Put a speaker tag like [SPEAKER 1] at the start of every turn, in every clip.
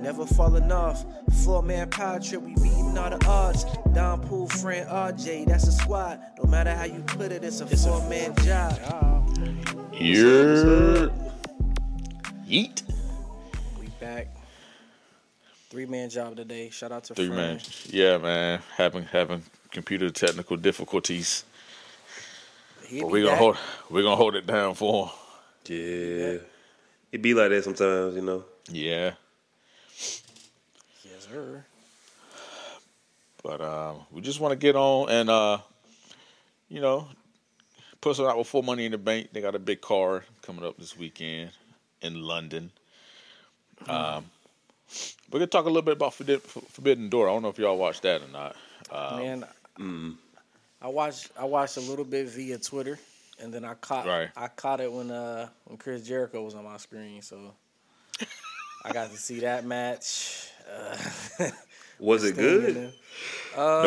[SPEAKER 1] never falling off. Four man power trip, we beating all the odds. Don Pool, friend RJ, that's a squad. No matter how you put it, it's a four man job.
[SPEAKER 2] Yeet. Yeet.
[SPEAKER 1] We back. Three man job today. Shout out to
[SPEAKER 2] Three
[SPEAKER 1] friend.
[SPEAKER 2] man. Yeah, man. Having having computer technical difficulties.
[SPEAKER 1] He
[SPEAKER 2] But
[SPEAKER 1] be
[SPEAKER 2] we're gonna
[SPEAKER 1] back.
[SPEAKER 2] hold we're gonna hold it down for him.
[SPEAKER 3] Yeah. It be like that sometimes, you know.
[SPEAKER 2] Yeah.
[SPEAKER 1] Yes, sir.
[SPEAKER 2] But um, we just want to get on and uh, you know, put some out with full money in the bank. They got a big car coming up this weekend in London. Um, we're gonna talk a little bit about Forbid- Forbidden Door. I don't know if y'all watched that or not. Uh,
[SPEAKER 1] Man,
[SPEAKER 2] mm.
[SPEAKER 1] I watched I watched a little bit via Twitter, and then I caught
[SPEAKER 2] Right.
[SPEAKER 1] I caught it when uh when Chris Jericho was on my screen, so I got to see that match. Uh,
[SPEAKER 3] Was it good?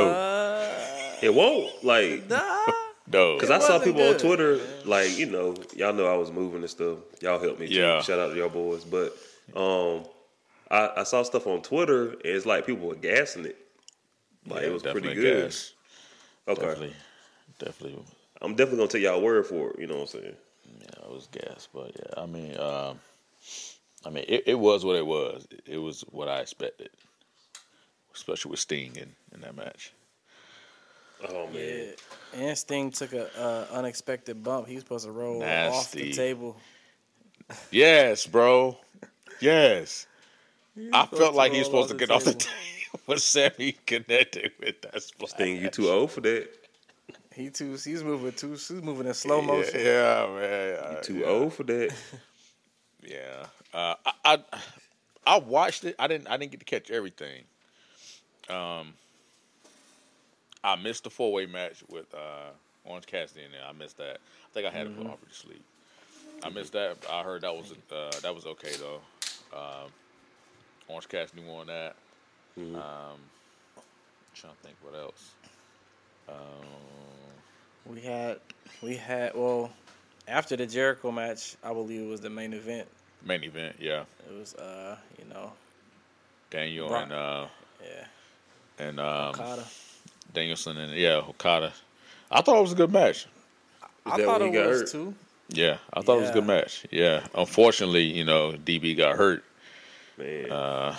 [SPEAKER 1] Uh,
[SPEAKER 3] It won't like
[SPEAKER 1] nah.
[SPEAKER 2] No,
[SPEAKER 3] because I saw
[SPEAKER 1] wasn't
[SPEAKER 3] people on
[SPEAKER 1] good.
[SPEAKER 3] Twitter like you know y'all know I was moving and stuff. Y'all helped me. too.
[SPEAKER 2] Yeah.
[SPEAKER 3] Shout out to y'all boys, but um, I, I saw stuff on Twitter and it's like people were gassing it. Like it was pretty
[SPEAKER 2] definitely
[SPEAKER 3] good.
[SPEAKER 2] gas.
[SPEAKER 3] Okay,
[SPEAKER 2] Definitely, definitely.
[SPEAKER 3] I'm definitely gonna take y'all word for it. You know what I'm saying?
[SPEAKER 2] Yeah, it was gas, but yeah, I mean, um, I mean, it, it was what it was. It, it was what I expected, especially with Sting in, in that match.
[SPEAKER 3] Oh man,
[SPEAKER 1] Yeah. And Sting took a uh, unexpected bump. He was supposed to roll off the
[SPEAKER 2] Nasty.
[SPEAKER 1] table.
[SPEAKER 2] Yes, bro. Yes, I
[SPEAKER 1] supposed
[SPEAKER 2] felt
[SPEAKER 1] to
[SPEAKER 2] like he was
[SPEAKER 1] roll
[SPEAKER 2] supposed
[SPEAKER 1] off
[SPEAKER 2] to
[SPEAKER 1] the
[SPEAKER 2] get off the
[SPEAKER 1] table.
[SPEAKER 2] table, but Sammy connected with that splash.
[SPEAKER 3] Sting, you too old for that.
[SPEAKER 1] He too. He's moving too. He's moving in slow
[SPEAKER 2] Yeah,
[SPEAKER 1] motion.
[SPEAKER 2] yeah, man.
[SPEAKER 3] Too
[SPEAKER 2] Uh, yeah.
[SPEAKER 3] old for that.
[SPEAKER 2] Yeah, uh, I, I I watched it. I didn't I didn't get to catch everything. Um, I missed the four way match with uh, Orange Cassidy in there. I missed that. I think I had
[SPEAKER 1] Mm-hmm.
[SPEAKER 2] it offered to sleep. I missed that. I heard that was uh, that was okay though. Um, Orange Cassidy won that. Um,
[SPEAKER 1] Mm-hmm.
[SPEAKER 2] trying to think what else.
[SPEAKER 1] We had, we had. Well, after the Jericho match, I believe it was the main event.
[SPEAKER 2] Main event, yeah.
[SPEAKER 1] It was, uh, you know,
[SPEAKER 2] Daniel
[SPEAKER 1] Right.
[SPEAKER 2] and uh,
[SPEAKER 1] yeah,
[SPEAKER 2] and um,
[SPEAKER 1] Okada.
[SPEAKER 2] Danielson and yeah Okada. I thought it was a good match.
[SPEAKER 1] I
[SPEAKER 3] that
[SPEAKER 1] thought
[SPEAKER 3] when
[SPEAKER 1] it
[SPEAKER 3] he got
[SPEAKER 1] was
[SPEAKER 3] hurt?
[SPEAKER 1] too.
[SPEAKER 2] Yeah, I thought it was a
[SPEAKER 1] Yeah.
[SPEAKER 2] good match. Yeah, unfortunately, you know, DB got hurt
[SPEAKER 3] Man,
[SPEAKER 2] Uh,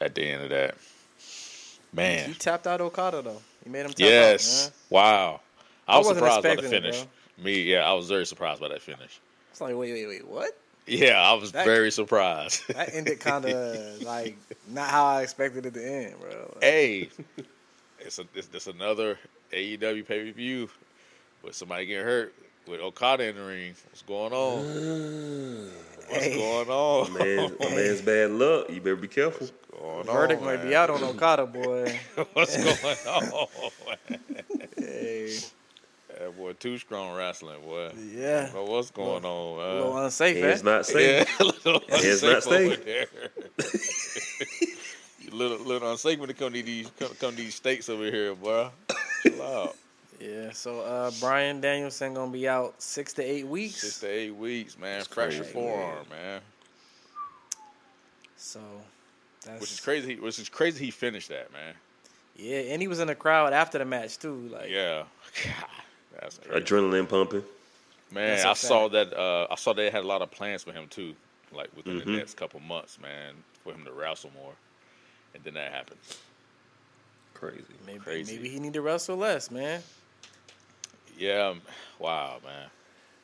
[SPEAKER 2] at the end of that. Man,
[SPEAKER 1] He tapped out Okada though. He made him tap
[SPEAKER 2] yes,
[SPEAKER 1] out. Man.
[SPEAKER 2] wow. I was
[SPEAKER 1] wasn't
[SPEAKER 2] surprised by the
[SPEAKER 1] expecting it,
[SPEAKER 2] finish. Me, yeah, I was very surprised by that finish.
[SPEAKER 1] It's like wait, wait, wait, what?
[SPEAKER 2] Yeah, I was
[SPEAKER 1] That-
[SPEAKER 2] very surprised.
[SPEAKER 1] That ended kind of like not how I expected it to end, bro. Like,
[SPEAKER 2] hey, it's a it's, it's another AEW pay per view with somebody getting hurt with Okada in the ring. What's going on? What's
[SPEAKER 1] Hey.
[SPEAKER 2] going on?
[SPEAKER 3] man, my man's bad luck. You better be careful.
[SPEAKER 2] What's going
[SPEAKER 1] Verdict
[SPEAKER 2] on,
[SPEAKER 1] might be
[SPEAKER 2] man?
[SPEAKER 1] out on Okada, boy.
[SPEAKER 2] What's going on?
[SPEAKER 1] hey,
[SPEAKER 2] That boy, too strong wrestling, boy.
[SPEAKER 1] yeah,
[SPEAKER 2] Well, what's going
[SPEAKER 1] a little
[SPEAKER 2] on? Uh,
[SPEAKER 1] unsafe. eh?
[SPEAKER 3] It's not
[SPEAKER 2] yeah,
[SPEAKER 3] safe.
[SPEAKER 2] a little
[SPEAKER 3] It's
[SPEAKER 2] unsafe
[SPEAKER 3] not safe.
[SPEAKER 2] over there. You little little unsafe when it come to these come, come to these states over here, bro. Chill out.
[SPEAKER 1] Yeah, so uh, Brian Danielson gonna be out six to eight weeks.
[SPEAKER 2] Six to eight weeks, man. Fractured
[SPEAKER 3] crazy.
[SPEAKER 2] forearm, man.
[SPEAKER 1] So that's
[SPEAKER 2] Which is crazy. Which is crazy. He finished that, man.
[SPEAKER 1] Yeah, and he was in the crowd after the match too. Like
[SPEAKER 2] Yeah. God, that's crazy.
[SPEAKER 3] Adrenaline pumping.
[SPEAKER 2] Man,
[SPEAKER 1] That's a
[SPEAKER 2] I saw that. Uh, I saw they had a lot of plans for him too, like within
[SPEAKER 3] Mm-hmm.
[SPEAKER 2] the next couple months, man, for him to wrestle more, and then that happens.
[SPEAKER 3] Crazy.
[SPEAKER 1] maybe
[SPEAKER 2] crazy.
[SPEAKER 1] maybe he need to wrestle less, man.
[SPEAKER 2] Yeah, um, wow, man,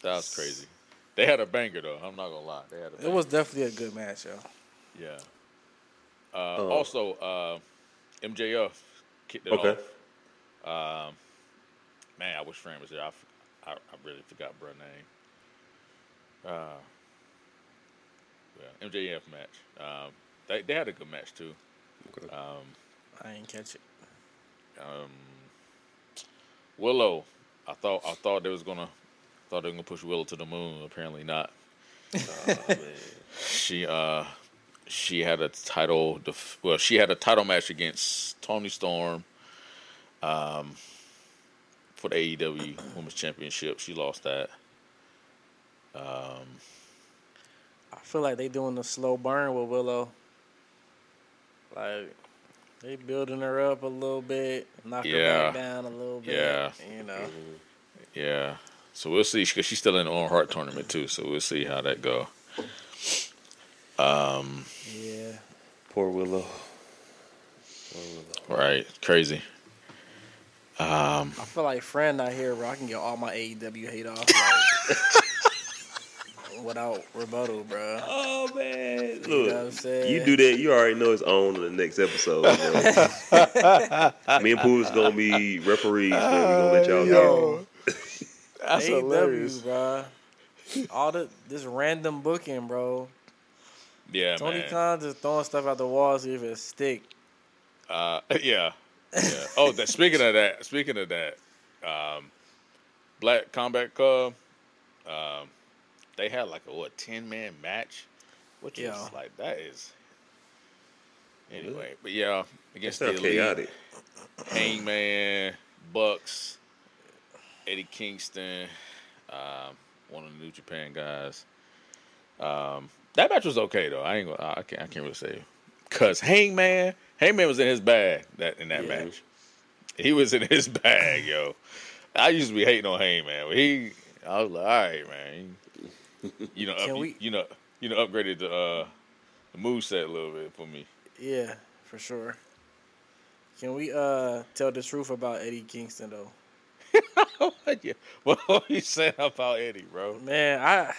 [SPEAKER 2] that was crazy. They had a banger though. I'm not gonna lie, they had a. Banger.
[SPEAKER 1] It was definitely a good match, yo.
[SPEAKER 2] yeah. Uh,
[SPEAKER 1] Oh.
[SPEAKER 2] Also, uh, MJF kicked it
[SPEAKER 3] Okay.
[SPEAKER 2] off. Man, I wish Fran was there. I, f- I, I really forgot bruh name. Uh, yeah, MJF match. Um, they they had a good match too.
[SPEAKER 3] Okay.
[SPEAKER 1] I didn't catch it.
[SPEAKER 2] Willow, I thought I thought they was gonna thought they were gonna push Willow to the moon. Apparently not. she uh she had a title def- well she had a title match against Tony Storm um for the AEW Women's Championship. She lost that.
[SPEAKER 1] I feel like they doing the slow burn with Willow. Like they building her up a little bit, knock
[SPEAKER 2] Yeah.
[SPEAKER 1] her back down a little bit.
[SPEAKER 2] Yeah. Mm-hmm.
[SPEAKER 1] You know.
[SPEAKER 2] Yeah. So we'll see because she's still in the own heart tournament too. So we'll see how that go. Um.
[SPEAKER 1] Yeah.
[SPEAKER 3] Poor Willow.
[SPEAKER 2] Right. Crazy. Um.
[SPEAKER 1] I feel like friend out here where I can get all my AEW hate off like, without rebuttal, bro.
[SPEAKER 3] Oh man, look,
[SPEAKER 1] know what I'm saying?
[SPEAKER 3] you do that, you already know it's on in the next episode. bro. Me and Pooh is gonna be referees, man. We gonna let y'all know.
[SPEAKER 2] That's
[SPEAKER 1] AEW,
[SPEAKER 2] hilarious.
[SPEAKER 1] E bro. All the this random booking, bro.
[SPEAKER 2] Yeah,
[SPEAKER 1] Tony
[SPEAKER 2] man.
[SPEAKER 1] Khan just throwing stuff out the wall see if it stick.
[SPEAKER 2] Uh, yeah. yeah. Oh, that, speaking of that, speaking of that, um, Black Combat Club, um, they had like a what ten man match, which
[SPEAKER 1] Yeah.
[SPEAKER 2] is like that is. Anyway, but yeah, against
[SPEAKER 3] It's
[SPEAKER 2] the
[SPEAKER 3] not
[SPEAKER 2] Elite,
[SPEAKER 3] chaotic.
[SPEAKER 2] Hangman, Bucks, Eddie Kingston, um, one of the New Japan guys. Um, that match was okay though. I ain't gonna, I can't I can't really say because Hangman Hangman was in his bag that in that
[SPEAKER 1] Yeah.
[SPEAKER 2] match. He was in his bag, yo. I used to be hating on Hangman, but he I was like, all right, man. You know,
[SPEAKER 1] Can
[SPEAKER 2] up,
[SPEAKER 1] we-
[SPEAKER 2] you know, you know, upgraded the uh, the move set a little bit for me.
[SPEAKER 1] Yeah, for sure. Can we uh tell the truth about Eddie Kingston though?
[SPEAKER 2] yeah. What you saying about Eddie, bro?
[SPEAKER 1] Man, I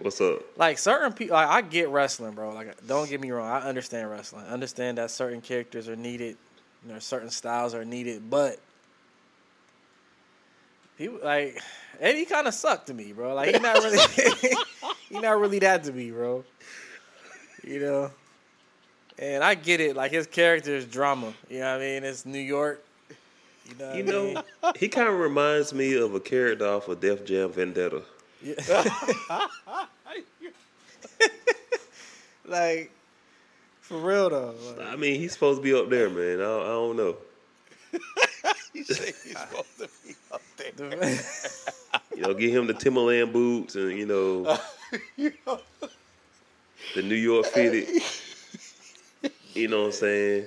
[SPEAKER 3] What's up?
[SPEAKER 1] like certain people. Like, I get wrestling, bro. Like, don't get me wrong. I understand wrestling. I understand that certain characters are needed, and there certain styles are needed. But people like Eddie kind of sucked to me, bro. Like, he not really, he not really that to me, bro. You know. And I get it. Like his character is drama. You know what I mean? It's New York. You know. What
[SPEAKER 3] You
[SPEAKER 1] I mean?
[SPEAKER 3] know, he kind of reminds me of a character off of Def Jam Vendetta.
[SPEAKER 1] like for real though. Like,
[SPEAKER 3] I mean, he's supposed to be up there, man. I, I don't know.
[SPEAKER 2] You say he's supposed to be up there.
[SPEAKER 1] the-
[SPEAKER 3] You know, get him the Timberland boots and you know, the New York fitted. You know what I'm saying?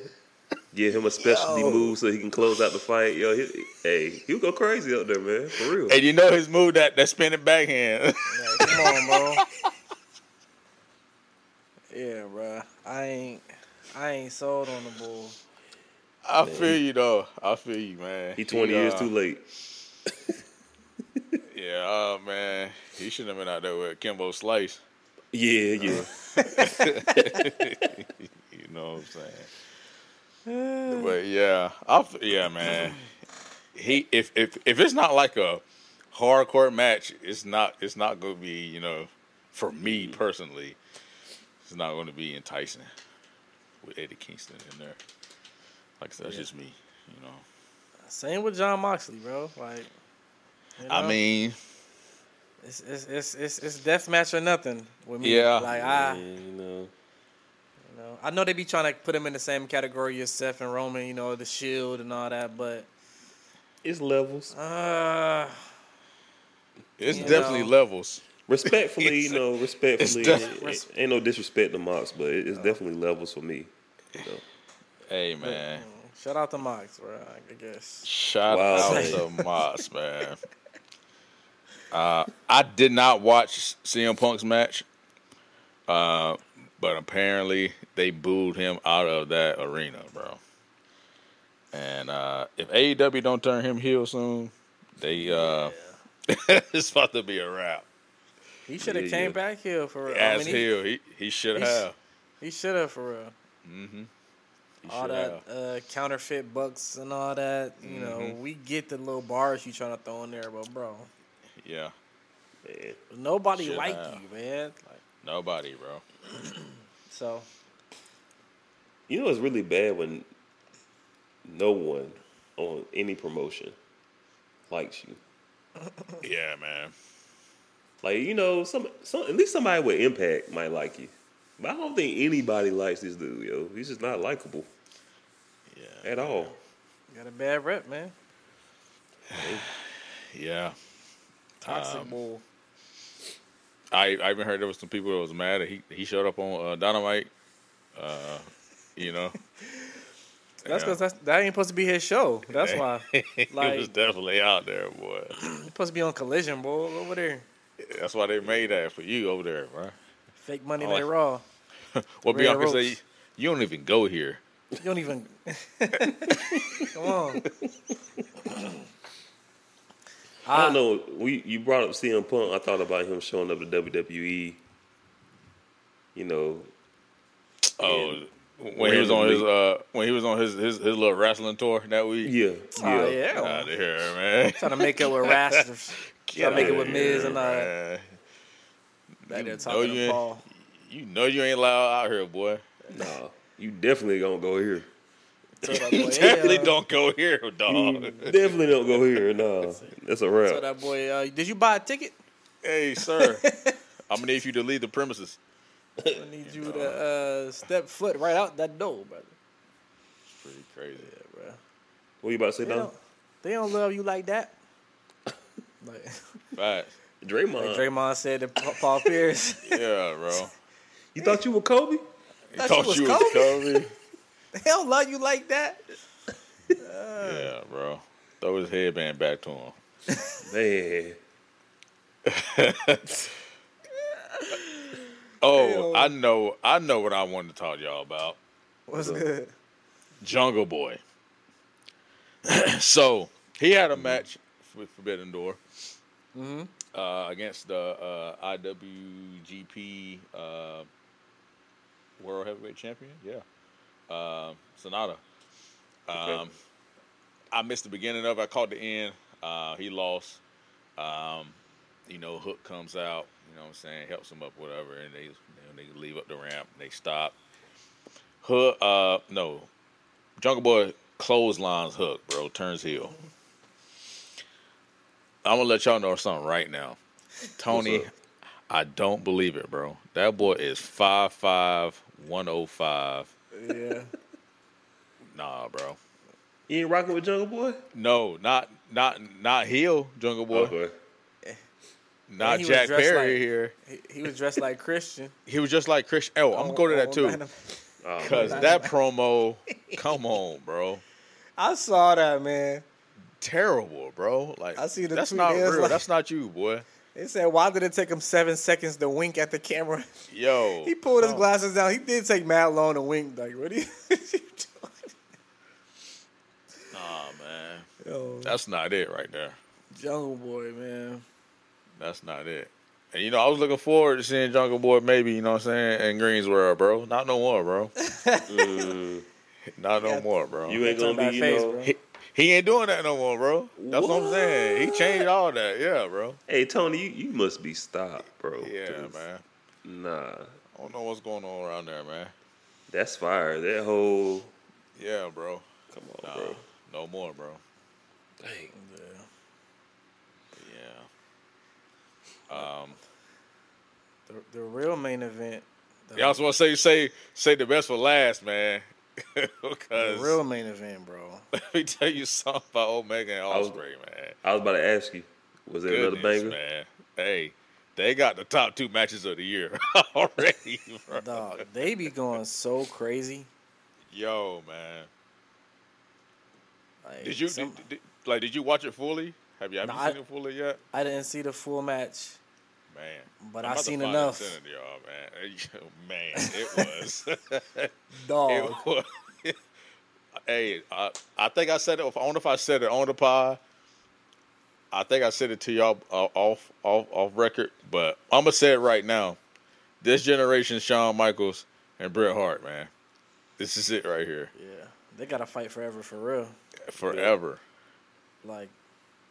[SPEAKER 3] Give him a specialty move so he can close out the fight. Yo, he, hey, he'll go crazy up there, man. For real.
[SPEAKER 2] And you know his move that that spinning backhand.
[SPEAKER 1] Like, come on, bro. Yeah, bro. I ain't, I ain't sold on the bull.
[SPEAKER 2] I feel you though. I feel you, man.
[SPEAKER 3] He 20 years
[SPEAKER 2] uh,
[SPEAKER 3] too late.
[SPEAKER 2] Yeah, oh man, he should have been out there with Kimbo Slice.
[SPEAKER 3] Yeah, yeah.
[SPEAKER 2] You know what I'm saying? but yeah, I f- yeah, man. He if if if it's not like a hardcore match, it's not it's not gonna be you know for me personally, it's not gonna be enticing with Eddie Kingston in there. Like I said, that's just me, you know.
[SPEAKER 1] Same with John Moxley, bro. Like, you know,
[SPEAKER 2] I mean,
[SPEAKER 1] it's it's it's it's, it's death match or nothing with me.
[SPEAKER 2] Yeah.
[SPEAKER 1] Like
[SPEAKER 3] yeah
[SPEAKER 1] I, you
[SPEAKER 3] you know.
[SPEAKER 1] know, I know they be trying to put him in the same category as Seth and Roman, you know, the Shield and all that, but
[SPEAKER 3] It's levels.
[SPEAKER 1] uh,
[SPEAKER 2] it's
[SPEAKER 1] You
[SPEAKER 2] definitely
[SPEAKER 1] know.
[SPEAKER 2] levels.
[SPEAKER 3] Respectfully, you
[SPEAKER 2] It's-
[SPEAKER 3] know, respectfully.
[SPEAKER 2] def-
[SPEAKER 3] ain't- ain't no disrespect to Mox, but it- it's definitely levels for me. You know.
[SPEAKER 2] Hey man.
[SPEAKER 1] shout out to Mox, bro. I guess.
[SPEAKER 2] Shout
[SPEAKER 3] Wow.
[SPEAKER 2] out to Moss, man. Uh, I did not watch CM Punk's match, uh, but apparently they booed him out of that arena, bro. And uh, if AEW don't turn him heel soon, they uh, it's about to be a wrap.
[SPEAKER 1] He should have
[SPEAKER 3] Yeah,
[SPEAKER 1] came
[SPEAKER 3] yeah.
[SPEAKER 1] back here for real. I
[SPEAKER 2] As
[SPEAKER 1] mean, he-
[SPEAKER 2] heel, he, he should
[SPEAKER 1] he's-
[SPEAKER 2] have.
[SPEAKER 1] He should have for real.
[SPEAKER 2] He
[SPEAKER 1] all
[SPEAKER 2] should
[SPEAKER 1] that
[SPEAKER 2] have.
[SPEAKER 1] uh, counterfeit bucks and all that. You know,
[SPEAKER 2] Mm-hmm.
[SPEAKER 1] we get the little bars you trying to throw in there, but bro,
[SPEAKER 2] Yeah,
[SPEAKER 3] Man.
[SPEAKER 1] nobody
[SPEAKER 2] Shit,
[SPEAKER 1] like
[SPEAKER 2] nah.
[SPEAKER 1] you, man. Like,
[SPEAKER 2] nobody, bro.
[SPEAKER 1] so
[SPEAKER 3] You know, it's really bad when no one on any promotion likes you.
[SPEAKER 2] Yeah, man.
[SPEAKER 3] Like you know, some some at least somebody with impact might like you, but I don't think anybody likes this dude. Yo, he's just not likable
[SPEAKER 2] Yeah,
[SPEAKER 3] at all.
[SPEAKER 1] got a bad rep, man.
[SPEAKER 2] yeah.
[SPEAKER 1] Toxic
[SPEAKER 2] Um,
[SPEAKER 1] bull.
[SPEAKER 2] I I even heard there was some people that was mad that he he showed up on uh, Dynamite. Uh, You know,
[SPEAKER 1] That's
[SPEAKER 2] Yeah.
[SPEAKER 1] because that ain't supposed to be his show. That's why.
[SPEAKER 2] it was
[SPEAKER 1] Like,
[SPEAKER 2] definitely out there, boy.
[SPEAKER 1] it's supposed to be on Collision, bro, over there.
[SPEAKER 2] That's why they made that for you over there, bro.
[SPEAKER 1] Fake Monday
[SPEAKER 2] Oh,
[SPEAKER 1] Night
[SPEAKER 2] I-
[SPEAKER 1] Raw.
[SPEAKER 2] Well,
[SPEAKER 1] Red
[SPEAKER 2] Bianca say
[SPEAKER 1] ropes.
[SPEAKER 2] you don't even go here.
[SPEAKER 1] You don't even. Come on.
[SPEAKER 3] I don't know. We you brought up CM Punk. I thought about him showing up to WWE. You know,
[SPEAKER 2] Oh, when he was on his
[SPEAKER 3] randomly.
[SPEAKER 2] uh, when he was on his his, his little wrestling tour that week.
[SPEAKER 3] yeah,
[SPEAKER 1] Oh,
[SPEAKER 3] yeah.
[SPEAKER 1] yeah.
[SPEAKER 2] Out of here, man.
[SPEAKER 1] Trying to make it with wrestlers. Trying to make it
[SPEAKER 2] outta
[SPEAKER 1] with Miz and uh, all that.
[SPEAKER 2] man.
[SPEAKER 1] Back there
[SPEAKER 2] know
[SPEAKER 1] talking
[SPEAKER 2] you
[SPEAKER 1] to
[SPEAKER 2] ain't-
[SPEAKER 1] Paul.
[SPEAKER 2] You know you ain't loud out here, boy.
[SPEAKER 3] Nah, you definitely gonna go here.
[SPEAKER 1] Tell that boy, hey,
[SPEAKER 2] Definitely
[SPEAKER 1] uh,
[SPEAKER 2] don't go here, dog.
[SPEAKER 1] Mm.
[SPEAKER 3] definitely don't go here. Nah, that's a
[SPEAKER 1] Tell
[SPEAKER 3] wrap.
[SPEAKER 1] that boy, uh, did you buy a ticket?
[SPEAKER 2] hey, sir. I'm gonna need you to leave the premises.
[SPEAKER 1] I need you to uh, step foot right out that door, brother.
[SPEAKER 2] It's pretty crazy.
[SPEAKER 1] Bruh.
[SPEAKER 3] What you about to say,
[SPEAKER 1] They
[SPEAKER 3] Don?
[SPEAKER 1] don't, they don't love you like that. Like,
[SPEAKER 2] Facts.
[SPEAKER 3] Draymond.
[SPEAKER 1] like Draymond said to Pa- Paul Pierce.
[SPEAKER 2] Yeah, bro.
[SPEAKER 3] You thought you were Kobe?
[SPEAKER 1] Thought
[SPEAKER 2] Thought
[SPEAKER 1] you
[SPEAKER 2] you
[SPEAKER 1] was
[SPEAKER 2] was Kobe.
[SPEAKER 1] they don't love you like that.
[SPEAKER 2] yeah, bro. Throw his headband back to him.
[SPEAKER 3] Man,
[SPEAKER 2] Oh, I know. I know what I wanted to talk to y'all about.
[SPEAKER 1] What's good?
[SPEAKER 2] Jungle Boy. so he had a
[SPEAKER 1] Mm-hmm.
[SPEAKER 2] match with Forbidden Door uh, against the uh, IWGP uh, World Heavyweight Champion. Yeah, uh, Sonata.
[SPEAKER 3] Okay.
[SPEAKER 2] Um, I missed the beginning of. it. I caught the end. Uh, he lost. Um, you know, Hook comes out. You know what I'm saying? Helps him up, whatever. And they you know, they leave up the ramp. They stop. Hook. Uh, no, Jungle Boy clotheslines Hook, bro. Turns heel. I'm gonna let y'all know something right now, Tony.
[SPEAKER 3] What's up?
[SPEAKER 2] I don't believe it, bro. That boy is five five one oh five.
[SPEAKER 1] Yeah.
[SPEAKER 2] Nah, bro.
[SPEAKER 3] you ain't rocking with Jungle Boy?
[SPEAKER 2] No, not not not heel Jungle Boy.
[SPEAKER 3] Okay.
[SPEAKER 2] Not
[SPEAKER 1] And he was
[SPEAKER 2] Jack
[SPEAKER 1] dressed
[SPEAKER 2] Perry
[SPEAKER 1] like-
[SPEAKER 2] here.
[SPEAKER 1] He, he was dressed like Christian.
[SPEAKER 2] He was just like Chris. Oh, I'm gonna go to that too.
[SPEAKER 3] Oh,
[SPEAKER 2] Cause that promo, come on, bro.
[SPEAKER 1] I saw that, man.
[SPEAKER 2] Terrible, bro. Like
[SPEAKER 1] I see the
[SPEAKER 2] that's
[SPEAKER 1] tweet,
[SPEAKER 2] not
[SPEAKER 1] it was
[SPEAKER 2] real.
[SPEAKER 1] like-
[SPEAKER 2] that's not you, boy.
[SPEAKER 1] They said, why did it take him seven seconds to wink at the camera?
[SPEAKER 2] Yo,
[SPEAKER 1] He pulled his
[SPEAKER 2] come-
[SPEAKER 1] glasses down. He did take mad long to wink. Like, what are you, what you
[SPEAKER 2] Nah, man,
[SPEAKER 1] doing? Yo,
[SPEAKER 2] that's not it right there.
[SPEAKER 1] Jungle Boy, man.
[SPEAKER 2] That's not it. And you know, I was looking forward to seeing Jungle Boy maybe, you know what I'm saying, in Greensboro, bro. Not no more, bro.
[SPEAKER 3] Mm,
[SPEAKER 2] Not no
[SPEAKER 1] Yeah.
[SPEAKER 2] more, bro.
[SPEAKER 3] you ain't
[SPEAKER 1] Turn
[SPEAKER 3] gonna
[SPEAKER 1] that
[SPEAKER 3] be, you
[SPEAKER 1] face,
[SPEAKER 3] know.
[SPEAKER 1] bro.
[SPEAKER 2] he, he ain't doing that no more, bro. That's what I'm saying. He changed all that. Yeah, bro.
[SPEAKER 3] Hey Tony, you, you must be stopped, bro.
[SPEAKER 2] Yeah,
[SPEAKER 3] 'Cause,
[SPEAKER 2] man.
[SPEAKER 3] Nah,
[SPEAKER 2] I don't know what's going on around there, man.
[SPEAKER 3] that's fire. That whole
[SPEAKER 2] Yeah, bro.
[SPEAKER 3] come on,
[SPEAKER 2] Nah,
[SPEAKER 3] bro.
[SPEAKER 2] no more, bro.
[SPEAKER 3] Dang.
[SPEAKER 2] Yeah.
[SPEAKER 1] The, the real main event. The,
[SPEAKER 2] Y'all supposed to say say say the best for last, man.
[SPEAKER 1] the
[SPEAKER 2] Because
[SPEAKER 1] real main event, bro.
[SPEAKER 2] let me tell you something about Omega and
[SPEAKER 3] was-
[SPEAKER 2] Osprey, man.
[SPEAKER 3] I was about to ask you, was there another
[SPEAKER 2] Goodness,
[SPEAKER 3] banger?
[SPEAKER 2] man. Hey, they got the top two matches of the year already, bro.
[SPEAKER 1] Dog, they be going so crazy.
[SPEAKER 2] Yo, man.
[SPEAKER 1] Like,
[SPEAKER 2] Did you
[SPEAKER 1] some-
[SPEAKER 2] did, did- like did you watch it fully? Have you have
[SPEAKER 1] Nah,
[SPEAKER 2] you seen
[SPEAKER 1] I-
[SPEAKER 2] it fully yet?
[SPEAKER 1] I didn't see the full match.
[SPEAKER 2] Man.
[SPEAKER 1] But
[SPEAKER 2] I'm
[SPEAKER 1] I
[SPEAKER 2] about to
[SPEAKER 1] seen
[SPEAKER 2] find
[SPEAKER 1] enough.
[SPEAKER 2] that sending to y'all, man. man, it was.
[SPEAKER 1] Dog,
[SPEAKER 2] it was. hey, I, I think I said it. I don't know if I said it on the pod. I think I said it to y'all uh, off off off record, but I'm gonna say it right now. This generation, Shawn Michaels and Bret Hart, man, this is it right here
[SPEAKER 1] yeah, they gotta fight forever for real.
[SPEAKER 2] forever.
[SPEAKER 1] Like,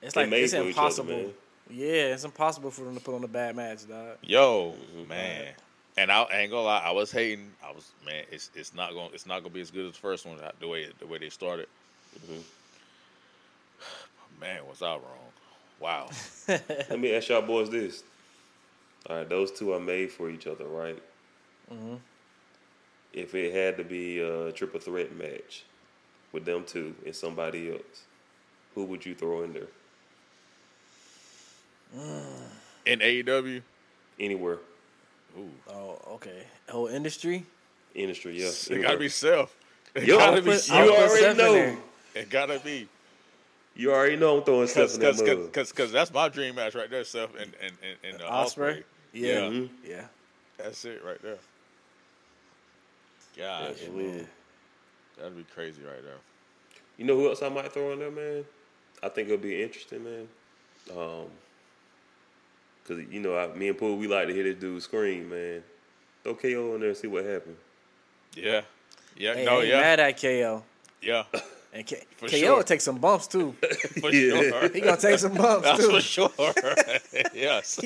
[SPEAKER 1] it's
[SPEAKER 3] They
[SPEAKER 1] like
[SPEAKER 3] made
[SPEAKER 1] it's
[SPEAKER 3] for each other,
[SPEAKER 1] impossible.
[SPEAKER 3] man.
[SPEAKER 1] yeah, it's impossible for them to put on a bad match, dog.
[SPEAKER 2] Yo, man. And I ain't gonna lie, I was hating. I was man, it's it's not gonna it's not gonna be as good as the first one the way the way they started.
[SPEAKER 1] Mm-hmm.
[SPEAKER 2] Man, was I wrong? Wow.
[SPEAKER 3] Let me ask y'all boys this. All right, those two are made for each other, right? Mm-hmm. If it had to be a triple threat match with them two and somebody else, who would you throw in there?
[SPEAKER 2] In AEW,
[SPEAKER 3] Anywhere.
[SPEAKER 2] E
[SPEAKER 1] Oh, okay. Whole industry.
[SPEAKER 3] Industry, yeah.
[SPEAKER 2] It gotta be self. It
[SPEAKER 3] Yo,
[SPEAKER 2] gotta
[SPEAKER 3] I'll
[SPEAKER 2] be
[SPEAKER 3] put-
[SPEAKER 2] self.
[SPEAKER 3] I'll
[SPEAKER 1] You
[SPEAKER 3] put
[SPEAKER 1] already
[SPEAKER 3] Steph in
[SPEAKER 1] know.
[SPEAKER 3] there.
[SPEAKER 2] It gotta be.
[SPEAKER 3] You already know I'm throwing stuff
[SPEAKER 2] Cause,
[SPEAKER 3] in that
[SPEAKER 2] cause,
[SPEAKER 3] mug.
[SPEAKER 2] cause, cause that's my dream match right there, Seth and and and, and uh,
[SPEAKER 1] Osprey?
[SPEAKER 2] Osprey.
[SPEAKER 1] Yeah. Mm-hmm.
[SPEAKER 2] Yeah.
[SPEAKER 3] Mm-hmm.
[SPEAKER 1] Yeah.
[SPEAKER 2] That's it right there. Gosh,
[SPEAKER 3] Ooh.
[SPEAKER 2] that'd be crazy right there.
[SPEAKER 3] You know who else I might throw in there, man? I think it'll be interesting, man. Um, cause you know, I, me and Pooh, we like to hear this dude scream, man. Throw KO in there and see what happens.
[SPEAKER 2] Yeah, yeah,
[SPEAKER 1] Hey,
[SPEAKER 2] no,
[SPEAKER 1] I ain't
[SPEAKER 2] yeah,
[SPEAKER 1] mad at KO.
[SPEAKER 2] yeah,
[SPEAKER 1] And K-
[SPEAKER 2] For
[SPEAKER 1] KO
[SPEAKER 2] sure.
[SPEAKER 1] will take some bumps too.
[SPEAKER 2] for
[SPEAKER 3] Yeah.
[SPEAKER 2] sure.
[SPEAKER 1] He gonna take some bumps
[SPEAKER 2] That's
[SPEAKER 1] too.
[SPEAKER 2] for sure. yes,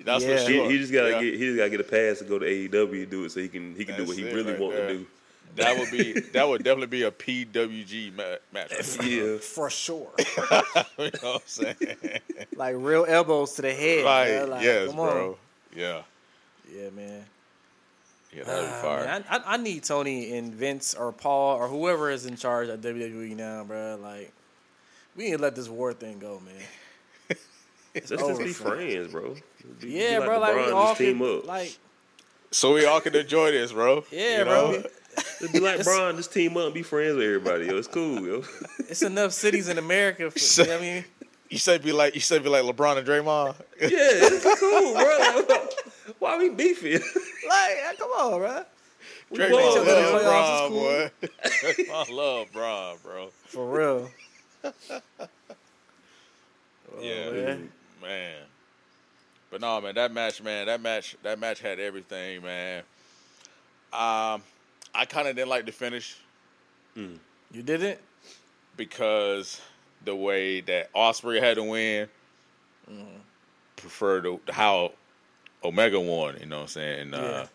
[SPEAKER 2] that's
[SPEAKER 1] Yeah.
[SPEAKER 2] for
[SPEAKER 3] He,
[SPEAKER 2] sure.
[SPEAKER 3] he just gotta
[SPEAKER 2] Yeah.
[SPEAKER 3] get, he just gotta get a pass to go to AEW and do it, so he can he can do
[SPEAKER 2] That's
[SPEAKER 3] what he
[SPEAKER 2] it
[SPEAKER 3] really
[SPEAKER 2] right
[SPEAKER 3] want
[SPEAKER 2] there.
[SPEAKER 3] to do.
[SPEAKER 2] That would be that would definitely be a PWG ma- match. right
[SPEAKER 3] Yeah,
[SPEAKER 1] For sure.
[SPEAKER 2] there. you know what I'm saying?
[SPEAKER 1] Like real elbows to the head.
[SPEAKER 2] Like,
[SPEAKER 1] bruh. Like,
[SPEAKER 2] yes,
[SPEAKER 1] come on.
[SPEAKER 2] bro. Yeah,
[SPEAKER 1] Yeah, man.
[SPEAKER 2] yeah, that'd be
[SPEAKER 1] Ah,
[SPEAKER 2] fire.
[SPEAKER 1] man, I, I, I need Tony and Vince or Paul or whoever is in charge at WWE E now, bro. Like, we need to let this war thing go, man.
[SPEAKER 3] let's just
[SPEAKER 1] over
[SPEAKER 3] be
[SPEAKER 1] for
[SPEAKER 3] friends, bro. Be- be
[SPEAKER 1] Yeah, bro. Like,
[SPEAKER 3] LeBron,
[SPEAKER 1] we
[SPEAKER 3] just
[SPEAKER 1] all
[SPEAKER 3] team
[SPEAKER 1] can,
[SPEAKER 3] up.
[SPEAKER 1] like,
[SPEAKER 2] so we all can enjoy this, bro.
[SPEAKER 1] yeah,
[SPEAKER 2] You
[SPEAKER 1] bro.
[SPEAKER 2] know?
[SPEAKER 3] Just be like Bron, just team up and be friends with everybody. Yo, it's cool, yo.
[SPEAKER 1] It's enough cities in America. For, you know what I mean,
[SPEAKER 2] You said be like you said be like LeBron and Draymond.
[SPEAKER 3] yeah, it's cool, bro. Like, why we beefing?
[SPEAKER 1] like, come on, bro.
[SPEAKER 2] Draymond
[SPEAKER 3] want each
[SPEAKER 2] love
[SPEAKER 3] other in the
[SPEAKER 1] playoffs,
[SPEAKER 2] Bron, boy. Draymond love Bron, bro.
[SPEAKER 1] For real.
[SPEAKER 3] Oh,
[SPEAKER 2] yeah,
[SPEAKER 1] man.
[SPEAKER 2] man. But no, man, that match, man, that match, that match had everything, man. Um, I kind of didn't like the finish
[SPEAKER 1] You didn't?
[SPEAKER 2] because the way that Osprey had to win, preferred to, how Omega won. You know what I'm saying? in, Uh,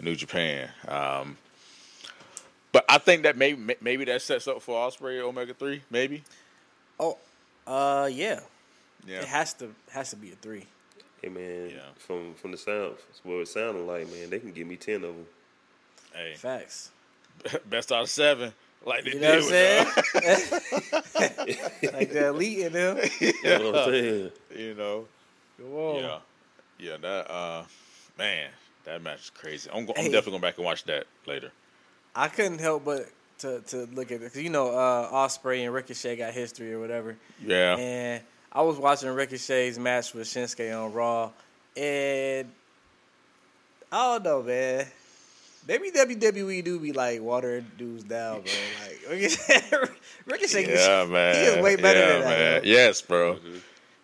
[SPEAKER 2] New Japan. Um, but I think that maybe maybe that sets up for Osprey Omega three, maybe.
[SPEAKER 1] Oh, uh, yeah.
[SPEAKER 2] Yeah.
[SPEAKER 1] It has to has to be a three.
[SPEAKER 3] Hey man,
[SPEAKER 2] Yeah.
[SPEAKER 3] from from the sound, it's what it sounded like, man, they can give me ten of them.
[SPEAKER 2] hey,
[SPEAKER 1] Facts.
[SPEAKER 2] best out of seven. Like they
[SPEAKER 1] You
[SPEAKER 2] did
[SPEAKER 1] know what I'm
[SPEAKER 2] with, uh,
[SPEAKER 1] saying? like the elite in them.
[SPEAKER 3] You know what I'm saying?
[SPEAKER 2] uh, you know.
[SPEAKER 1] Come on.
[SPEAKER 2] Yeah, yeah. That uh, man, that match is crazy. I'm, go- I'm
[SPEAKER 1] Hey.
[SPEAKER 2] definitely going back and watch that later.
[SPEAKER 1] I couldn't help but to, to look at it because you know uh, Osprey and Ricochet got history or whatever,
[SPEAKER 2] Yeah,
[SPEAKER 1] and I was watching Ricochet's match with Shinsuke on Raw, and I don't know, man. Maybe WWE do be like watering dudes down, bro. Like Ricochet, Ricochet
[SPEAKER 2] yeah, man.
[SPEAKER 1] he is way better
[SPEAKER 2] yeah,
[SPEAKER 1] than that. Mm-hmm. bro.
[SPEAKER 2] Man. Yes, bro.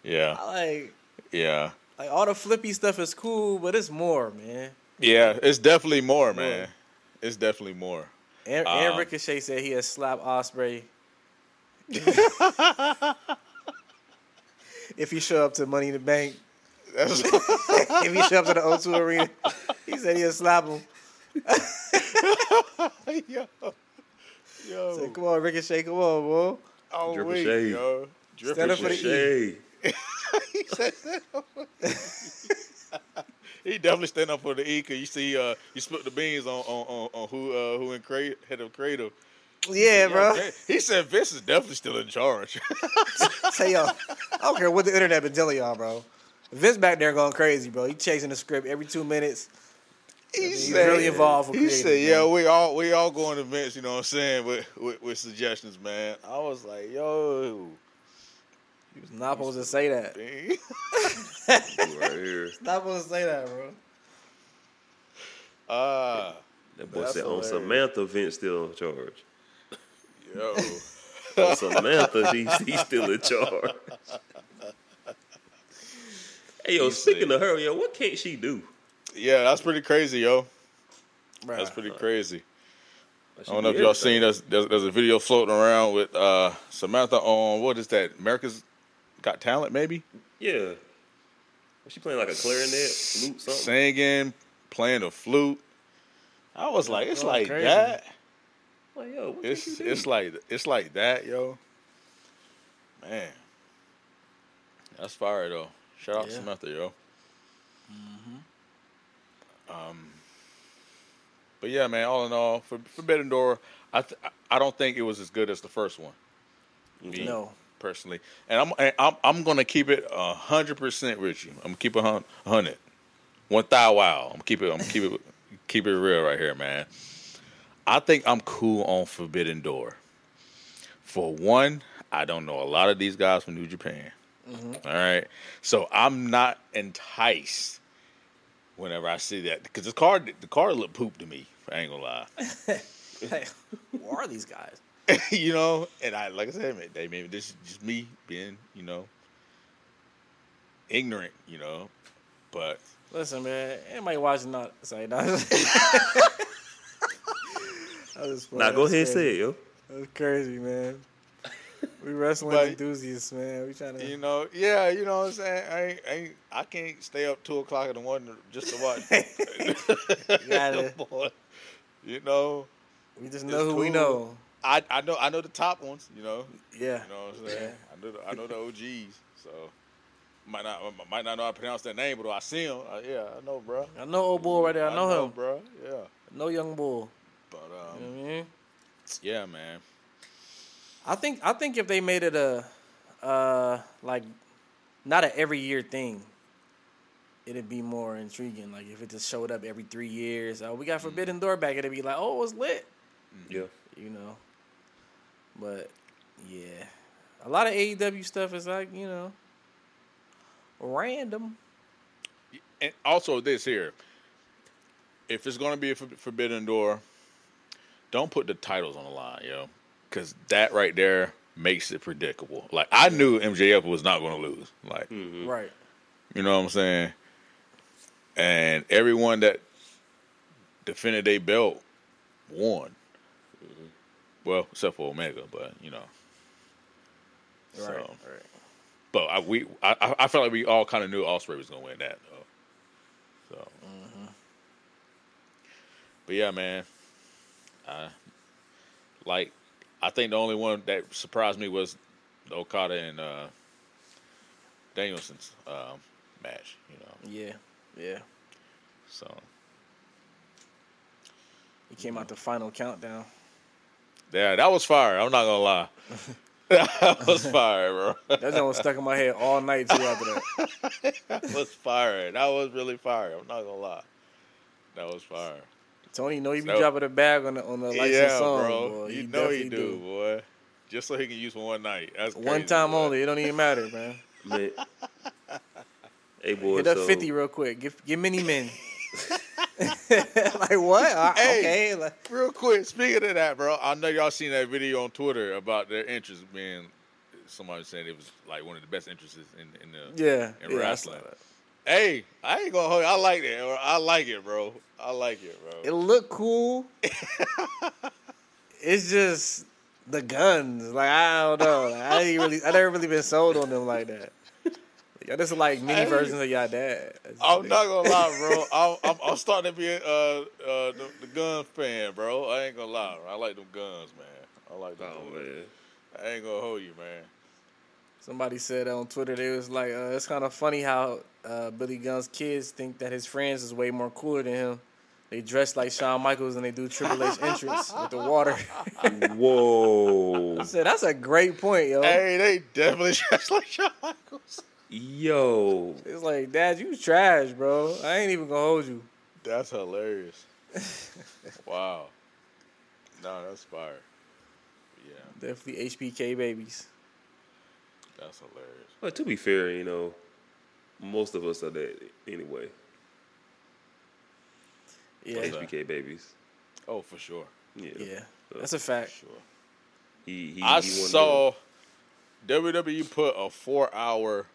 [SPEAKER 2] Yeah,
[SPEAKER 1] I like
[SPEAKER 2] yeah,
[SPEAKER 1] like all the flippy stuff is cool, but it's more, man.
[SPEAKER 2] yeah. It's definitely more, man. It's definitely more.
[SPEAKER 1] And, and
[SPEAKER 2] Um,
[SPEAKER 1] Ricochet said he had slapped Osprey. if he show up to Money in the Bank,
[SPEAKER 2] That's
[SPEAKER 1] if he show up to the O2 Arena, he said he'll slap him.
[SPEAKER 2] yo,
[SPEAKER 1] I
[SPEAKER 2] yo.
[SPEAKER 1] said, come on, Ricochet, come on, bro.
[SPEAKER 2] Oh
[SPEAKER 3] Drip and
[SPEAKER 2] wait,
[SPEAKER 3] shade.
[SPEAKER 2] yo. Drip
[SPEAKER 1] Stand up
[SPEAKER 2] and
[SPEAKER 3] E.
[SPEAKER 1] for the
[SPEAKER 2] shade.
[SPEAKER 3] Shay,
[SPEAKER 2] He definitely stand up for the E. Cause you see, uh, you split the beans on on, on, on who uh who in cra- head of creative.
[SPEAKER 1] Yeah, bro.
[SPEAKER 2] Vin- He said Vince is definitely still in charge.
[SPEAKER 1] Say yo, I don't care what the internet been telling y'all, bro. Vince back there going crazy, bro. He chasing the script every two minutes.
[SPEAKER 2] he
[SPEAKER 1] he's really involved with
[SPEAKER 2] He
[SPEAKER 1] creative,
[SPEAKER 2] said,
[SPEAKER 1] man.
[SPEAKER 2] "Yeah, we all we all going to events, you know what I'm saying, with, with with suggestions, man." I was like, "Yo,
[SPEAKER 1] He was not supposed to say that.
[SPEAKER 2] man.
[SPEAKER 3] you right here.
[SPEAKER 1] Not supposed to say that, bro.
[SPEAKER 2] ah,
[SPEAKER 3] That boy
[SPEAKER 2] That's
[SPEAKER 3] said on
[SPEAKER 2] hilarious.
[SPEAKER 3] Samantha, Vince still in charge.
[SPEAKER 2] yo,
[SPEAKER 3] On Samantha, he's, he's still in charge. Hey yo,
[SPEAKER 2] You
[SPEAKER 3] speaking
[SPEAKER 2] see.
[SPEAKER 3] of her, yo, what can't she do?
[SPEAKER 2] yeah, that's pretty crazy, yo.
[SPEAKER 1] Bruh.
[SPEAKER 2] That's pretty crazy."
[SPEAKER 3] Like, she
[SPEAKER 2] I don't
[SPEAKER 3] do
[SPEAKER 2] know if y'all
[SPEAKER 3] everything.
[SPEAKER 2] seen us. There's, there's a video floating around with uh, Samantha on what is that? America's Got Talent, maybe
[SPEAKER 3] Yeah, was she playing like a clarinet, flute, something?
[SPEAKER 2] singing, playing the flute. I was like, it's
[SPEAKER 1] Going
[SPEAKER 2] like
[SPEAKER 1] crazy.
[SPEAKER 2] that.
[SPEAKER 3] Like yo, what can she
[SPEAKER 2] It's
[SPEAKER 3] do?
[SPEAKER 2] it's like it's like that, yo. Man, that's fire though. Shout out
[SPEAKER 1] Yeah.
[SPEAKER 2] Samantha, yo. Um, Um, but yeah, man. All in all, for Forbidden Door, I th- I don't think it was as good as the first one. Me,
[SPEAKER 1] No.
[SPEAKER 2] personally, and I'm and I'm I'm gonna keep it a hundred percent with you. I'm gonna keep it hun- hundred, one thou wow. I'm keep it I'm keep it keep it real right here, man. I think I'm cool on Forbidden Door. For one, I don't know a lot of these guys from New Japan. All right, so I'm not enticed whenever I see that because the card the card looked poop to me. I ain't gonna lie,
[SPEAKER 1] Like, who are these guys?
[SPEAKER 2] you know. And I like I said, man, they maybe this is just me being you know ignorant, you know. But
[SPEAKER 1] Listen, man, anybody watching not sorry, no. I was just playing.
[SPEAKER 3] Now go ahead and
[SPEAKER 1] That's
[SPEAKER 3] say
[SPEAKER 1] crazy.
[SPEAKER 3] it, yo.
[SPEAKER 1] That's crazy, man. We wrestling
[SPEAKER 2] But-
[SPEAKER 1] enthusiasts, man. We trying to
[SPEAKER 2] you know, yeah, you know what I'm saying. I ain't, I, ain't, I can't stay up two o'clock in the morning just to watch.
[SPEAKER 1] Got it.
[SPEAKER 2] Come on. You know,
[SPEAKER 1] we just
[SPEAKER 2] it's
[SPEAKER 1] know who we
[SPEAKER 2] cool.
[SPEAKER 1] know.
[SPEAKER 2] I, I know I know the top ones. You know,
[SPEAKER 1] Yeah.
[SPEAKER 2] you know what I'm saying. I know the, I know the OGs. So might not might not know how to pronounce their name, but I see them. I, yeah, I know, bro.
[SPEAKER 1] I know old bull right there. I know, him.
[SPEAKER 2] bro. Yeah,
[SPEAKER 1] No young bull.
[SPEAKER 2] but
[SPEAKER 1] You know
[SPEAKER 2] um,
[SPEAKER 1] what I mean?
[SPEAKER 2] yeah, man.
[SPEAKER 1] I think I think if they made it a uh like not a every year thing, it'd be more intriguing. Like if it just showed up every three years, oh
[SPEAKER 2] Mm.
[SPEAKER 1] we got Forbidden Door back, it'd be like, oh it's lit,
[SPEAKER 3] Yeah.
[SPEAKER 1] you know. But yeah. A lot of AEW stuff is like, you know, random.
[SPEAKER 2] And also this here, if it's gonna be a forb- forbidden door, don't put the titles on the line, yo, because that right there makes it predictable. Like I knew MJF was not gonna lose. Like.
[SPEAKER 1] Right.
[SPEAKER 2] You know what I'm saying? And everyone that defended their belt won. Well, except for Omega, but you know.
[SPEAKER 1] Right.
[SPEAKER 2] So,
[SPEAKER 1] right.
[SPEAKER 2] but I, we, I- I, I felt like we all kind of knew Osprey was gonna win that, though. So,
[SPEAKER 1] Mm-hmm.
[SPEAKER 2] but yeah, man. I like. I think the only one that surprised me was the Okada and uh, Danielson's um, match. You know,
[SPEAKER 1] Yeah. Yeah.
[SPEAKER 2] so
[SPEAKER 1] It came
[SPEAKER 2] Mm-hmm.
[SPEAKER 1] out the final countdown.
[SPEAKER 2] yeah, that was fire. I'm not gonna lie. that was fire, bro.
[SPEAKER 1] That thing was stuck in my head all night too after that.
[SPEAKER 2] That was fire. That was really fire. I'm not gonna lie. That was fire.
[SPEAKER 1] Tony, know you be
[SPEAKER 2] So-
[SPEAKER 1] dropping a bag on the on the licensed
[SPEAKER 2] yeah,
[SPEAKER 1] song,
[SPEAKER 2] bro.
[SPEAKER 1] boy.
[SPEAKER 2] You, know
[SPEAKER 1] definitely
[SPEAKER 2] you do, boy. Just so he can use for one night. That's
[SPEAKER 1] One
[SPEAKER 2] crazy,
[SPEAKER 1] time
[SPEAKER 2] boy.
[SPEAKER 1] only. It don't even matter, man.
[SPEAKER 3] Man. hey boy,
[SPEAKER 1] Hit up
[SPEAKER 3] so,
[SPEAKER 1] fifty real quick. Give give mini men. like what? Uh,
[SPEAKER 2] Hey.
[SPEAKER 1] Okay. Like,
[SPEAKER 2] Real quick, speaking of that, bro, I know y'all seen that video on Twitter about their interest being. Somebody said it was like one of the best interests in in the.
[SPEAKER 1] yeah.
[SPEAKER 2] And
[SPEAKER 1] yeah, I
[SPEAKER 2] wrestling.
[SPEAKER 1] saw that.
[SPEAKER 2] Hey, I ain't gonna hold. you. I like that. bro. I like it, bro. I like it, bro.
[SPEAKER 1] It looked cool. it's just the guns. Like I don't know. Like, I ain't really. I never really been sold on them like that. Y'all just like mini
[SPEAKER 2] Hey. Oh,
[SPEAKER 1] versions of y'all dad. That's
[SPEAKER 2] I'm
[SPEAKER 1] it.
[SPEAKER 2] not gonna lie, bro. I'm, I'm, I'm starting to be a, uh, uh, the, the gun fan, bro. I ain't gonna lie. I like them guns, man. I like them.
[SPEAKER 3] Oh
[SPEAKER 2] guns.
[SPEAKER 3] man.
[SPEAKER 2] I ain't gonna hold you, man.
[SPEAKER 1] Somebody said on Twitter they was like, uh, "It's kind of funny how uh, Billy Gunn's kids think that his friends is way more cooler than him. They dress like Shawn Michaels and they do Triple H entrance with the water."
[SPEAKER 3] Whoa.
[SPEAKER 1] I said, "That's a great point, yo."
[SPEAKER 2] Hey, they definitely dress like Shawn Michaels.
[SPEAKER 3] Yo.
[SPEAKER 1] It's like, Dad, you trash, bro. I ain't even gonna hold you.
[SPEAKER 2] That's hilarious. wow. No, that's fire. Yeah,
[SPEAKER 1] Definitely HBK babies.
[SPEAKER 2] that's hilarious.
[SPEAKER 3] Well, to be fair, you know, most of us are that anyway.
[SPEAKER 1] Yeah,
[SPEAKER 2] What's that?
[SPEAKER 3] HBK babies.
[SPEAKER 2] Oh, for sure.
[SPEAKER 3] Yeah.
[SPEAKER 1] yeah, that's a fact.
[SPEAKER 2] Sure.
[SPEAKER 3] He, he,
[SPEAKER 2] I
[SPEAKER 3] he one of
[SPEAKER 2] saw WWE put a four-hour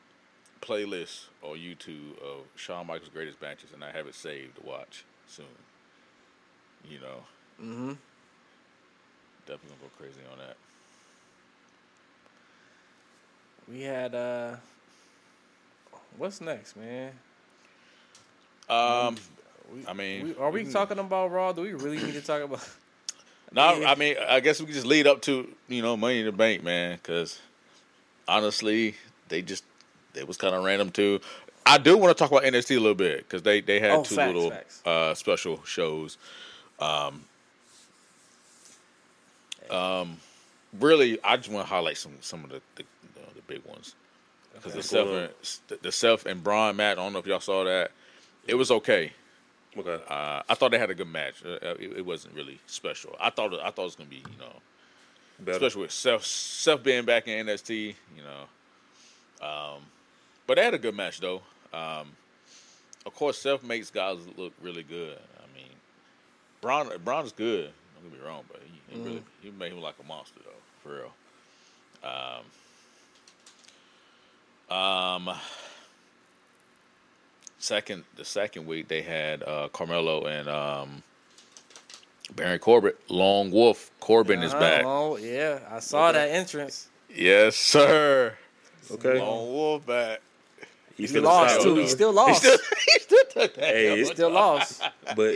[SPEAKER 2] playlist on YouTube of Shawn Michaels' greatest matches, and I have it saved to watch soon. You know. Mm-hmm. Definitely gonna go crazy on that.
[SPEAKER 1] We had uh, what's next, man?
[SPEAKER 2] Um,
[SPEAKER 1] We,
[SPEAKER 2] I mean,
[SPEAKER 1] we, are we
[SPEAKER 2] can-
[SPEAKER 1] talking about Raw? Do we really need to talk about?
[SPEAKER 2] No,
[SPEAKER 1] Yeah.
[SPEAKER 2] I mean, I guess we can just lead up to you know Money in the Bank, man. Because honestly, they just it was kind of random too. I do want to talk about NXT a little bit because they they had
[SPEAKER 1] Oh,
[SPEAKER 2] two
[SPEAKER 1] facts,
[SPEAKER 2] little
[SPEAKER 1] facts.
[SPEAKER 2] Uh, special shows. Um, um, really, I just want to highlight some some of the the, you know, the big ones because the
[SPEAKER 3] What's going
[SPEAKER 2] self and, the self and Braun Matt. I don't know if y'all saw that. It was okay.
[SPEAKER 3] Okay.
[SPEAKER 2] Uh, I thought they had a good match. Uh, uh, it, it wasn't really special. I thought I thought it was gonna be you know
[SPEAKER 3] Better.
[SPEAKER 2] especially with Seth, Seth being back in NXT, you know. Um, but they had a good match though. Um, of course, Seth makes guys look really good. I mean, Braun Braun's good. Don't get me wrong, but he, he really he made him like a monster though, for real. Um, um, second the second week they had uh, Carmelo and um, Baron Corbett. Long Wolf Corbin is
[SPEAKER 1] Uh-huh,
[SPEAKER 2] back.
[SPEAKER 1] Long- yeah, I saw that entrance.
[SPEAKER 2] Yes, sir.
[SPEAKER 3] Okay.
[SPEAKER 2] Long Wolf back.
[SPEAKER 3] He
[SPEAKER 1] He
[SPEAKER 3] still
[SPEAKER 1] lost
[SPEAKER 3] inside,
[SPEAKER 1] too.
[SPEAKER 3] though.
[SPEAKER 1] He still
[SPEAKER 2] He
[SPEAKER 1] lost.
[SPEAKER 2] still, he still took that.
[SPEAKER 3] Oh. Hey,
[SPEAKER 2] L.
[SPEAKER 3] it's-
[SPEAKER 1] Still lost.
[SPEAKER 3] but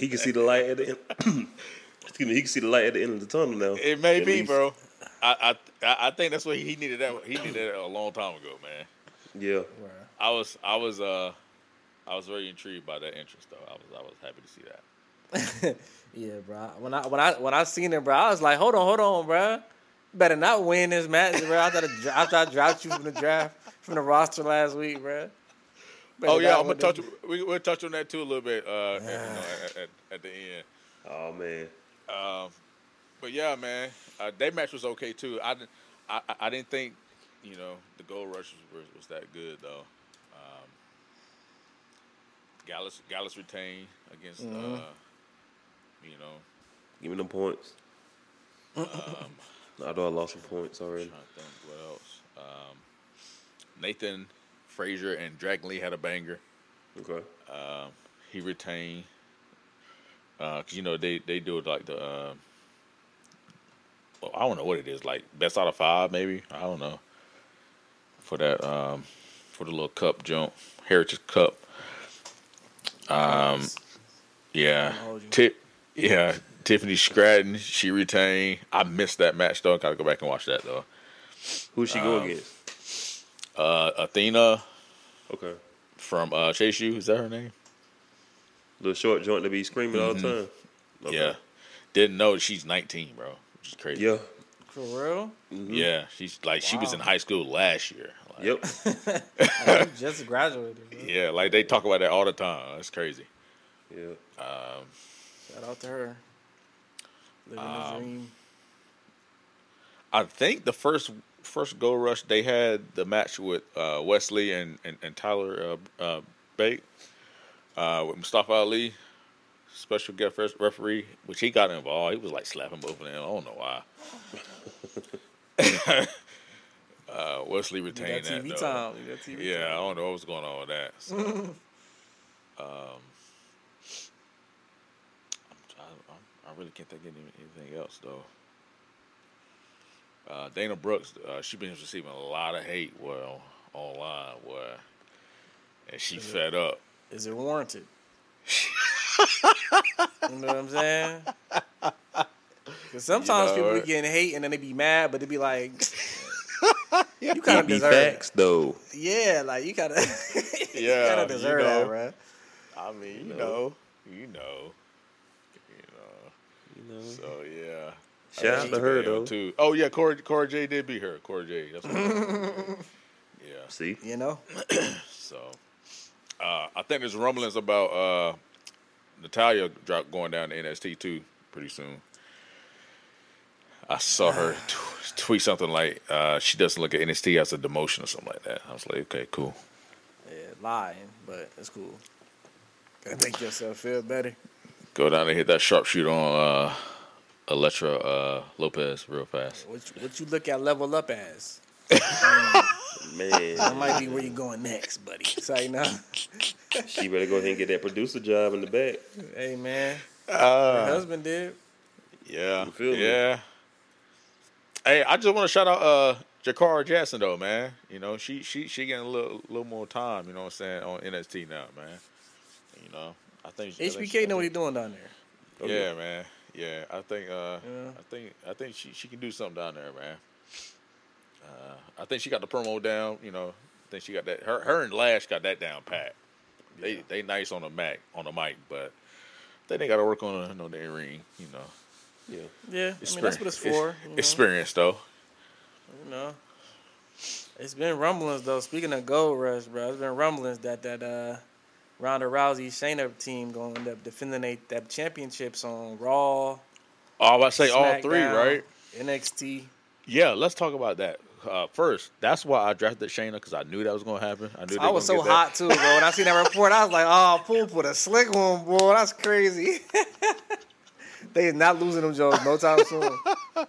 [SPEAKER 3] he can see the light at the end. Excuse me. He can see the light at the end of the tunnel now.
[SPEAKER 2] it may
[SPEAKER 3] At
[SPEAKER 2] be,
[SPEAKER 3] least.
[SPEAKER 2] bro. I, I- I I think that's what he needed. That he needed that a long time ago, man.
[SPEAKER 3] Yeah.
[SPEAKER 2] I was I was uh I was very intrigued by that entrance, though. I was I was happy to see that.
[SPEAKER 1] Yeah, bro. When I when I when I seen him, bro, I was like, hold on, hold on, bro. Better not win this match, bro. After, the, after I dropped you from the draft from the roster last week, bro.
[SPEAKER 2] oh yeah, I'm gonna touch. We, we'll touch on that too a little bit uh, at, you know, at, at, at the end.
[SPEAKER 3] Oh man.
[SPEAKER 2] Um, but yeah, man, uh, that match was okay too. I, didn't- I, I- I didn't think, you know, the gold rush was, was that good though. Um, Gallus Gallus retained against, uh, you know,
[SPEAKER 3] Give me them points. I know I lost some points
[SPEAKER 2] I'm
[SPEAKER 3] already.
[SPEAKER 2] trying to think what else. Um, Nathan Frazier and Dragon Lee had a banger.
[SPEAKER 3] Okay.
[SPEAKER 2] He retained. Uh, 'cause, you know they they do it like the. Uh, well, I don't know what it is like best out of five maybe I don't know. For that um, for the little cup jump heritage cup. Um, yeah,
[SPEAKER 1] hold you.
[SPEAKER 2] Ti- yeah. Tiffany Stratton she retained. I missed that match though. Gotta go back and watch that though.
[SPEAKER 3] Who's she
[SPEAKER 2] Um,
[SPEAKER 3] going against?
[SPEAKER 2] Uh, Athena
[SPEAKER 3] Okay.
[SPEAKER 2] from uh, Chase U is that her name?
[SPEAKER 3] Little short joint to be screaming all the
[SPEAKER 2] mm-hmm.
[SPEAKER 3] time. Okay.
[SPEAKER 2] Yeah. Didn't know she's 19, bro. Which is crazy.
[SPEAKER 3] Yeah.
[SPEAKER 1] For real?
[SPEAKER 2] Yeah, she's like she was
[SPEAKER 1] Wow.
[SPEAKER 2] in high school last year. Like,
[SPEAKER 3] Yep.
[SPEAKER 1] You just graduated, bro.
[SPEAKER 2] Yeah, like they talk about that all the time. That's crazy.
[SPEAKER 3] yeah.
[SPEAKER 1] Shout out to her. Living the
[SPEAKER 2] Um,
[SPEAKER 1] dream.
[SPEAKER 2] I think the first first Gold Rush they had the match with uh, Wesley and and, and Tyler uh, uh, Bate uh, with Mustafa Ali, special guest ref- referee, which he got involved. He was like slapping both of them. I don't know why. uh, Wesley
[SPEAKER 1] You got
[SPEAKER 2] retained that.
[SPEAKER 1] TV
[SPEAKER 2] though.
[SPEAKER 1] time. You got TV
[SPEAKER 2] Yeah, I don't know what was going on with that. So. um, I, I, I really can't think of any- anything else though. Uh, Dana Brooks, uh, she been receiving a lot of hate. Well, online, well, and she fed up.
[SPEAKER 1] Is it warranted? you know what I'm saying? 'Cause sometimes
[SPEAKER 2] know,
[SPEAKER 1] people be
[SPEAKER 2] right?
[SPEAKER 1] getting hate and then they be mad, but they be like, "You kind
[SPEAKER 3] It
[SPEAKER 1] of
[SPEAKER 3] be
[SPEAKER 1] deserve it."
[SPEAKER 3] facts though.
[SPEAKER 1] Yeah, like you kind of,
[SPEAKER 2] Yeah,
[SPEAKER 1] you kind
[SPEAKER 2] you
[SPEAKER 1] of deserve
[SPEAKER 2] know.
[SPEAKER 1] that, bro.
[SPEAKER 2] I mean, you
[SPEAKER 3] know.
[SPEAKER 2] you know, you
[SPEAKER 3] You know.
[SPEAKER 2] know. So yeah. I
[SPEAKER 3] Shout
[SPEAKER 2] think
[SPEAKER 3] out
[SPEAKER 2] she
[SPEAKER 3] to
[SPEAKER 2] took
[SPEAKER 3] her
[SPEAKER 2] an L,
[SPEAKER 3] though.
[SPEAKER 2] Too. Oh yeah, Cora, Cora J did beat her. Cora J. That's what yeah.
[SPEAKER 3] See.
[SPEAKER 1] You know,
[SPEAKER 2] So, uh, I think there's rumblings about uh, Natalia drop going down to NXT too pretty soon. I saw her tw- tweet something like uh, she doesn't look at NXT as a demotion or something like that. I was like, okay, cool.
[SPEAKER 1] yeah, lying, but it's cool. Gotta make yourself feel better.
[SPEAKER 2] Go down and hit that sharpshooter on uh, Electra uh, Lopez real fast.
[SPEAKER 1] What you, what you look at level up as? That
[SPEAKER 3] Man,
[SPEAKER 1] might be where you going next, buddy. So you know,
[SPEAKER 3] she better go ahead and get that producer job in the back.
[SPEAKER 1] hey man, her husband did.
[SPEAKER 2] Yeah,
[SPEAKER 3] feel me?
[SPEAKER 2] yeah. Hey, I just want to shout out uh Jakara Jackson though, man. You know, she she she getting a little little more time. You know what I'm saying on NXT now, man. You know, I think I think- I
[SPEAKER 1] HBK know what he's
[SPEAKER 2] think-
[SPEAKER 1] doing down there.
[SPEAKER 2] Yeah, man. Yeah, I think uh
[SPEAKER 1] Yeah.
[SPEAKER 2] I think I think she she can do something down there, man. Uh, I think she got the promo down. You know, I think she got that. Her her and Lash got that down pat. They they nice on the mic on the mic, but they they got to work on on the ring. You know.
[SPEAKER 3] Yeah.
[SPEAKER 1] Yeah, I mean that's what it's for. you know,
[SPEAKER 2] Experience though.
[SPEAKER 1] You know, it's been rumblings though. Speaking of Gold Rush, bro, it's been rumblings that that uh Ronda Rousey, Shayna team gonna end up defending they, that championships on Raw,
[SPEAKER 2] Oh, I say all three,
[SPEAKER 1] SmackDown,
[SPEAKER 2] right?
[SPEAKER 1] NXT.
[SPEAKER 2] Yeah, let's talk about that. Uh, first, that's why I drafted Shayna because I knew that was going to happen. I knew. They
[SPEAKER 1] I was
[SPEAKER 2] gonna
[SPEAKER 1] so
[SPEAKER 2] get that.
[SPEAKER 1] hot too, bro. When I seen that report, I was like, "Oh, Poole put a slick one, boy. That's crazy." they is not losing them Jones no time soon.
[SPEAKER 3] I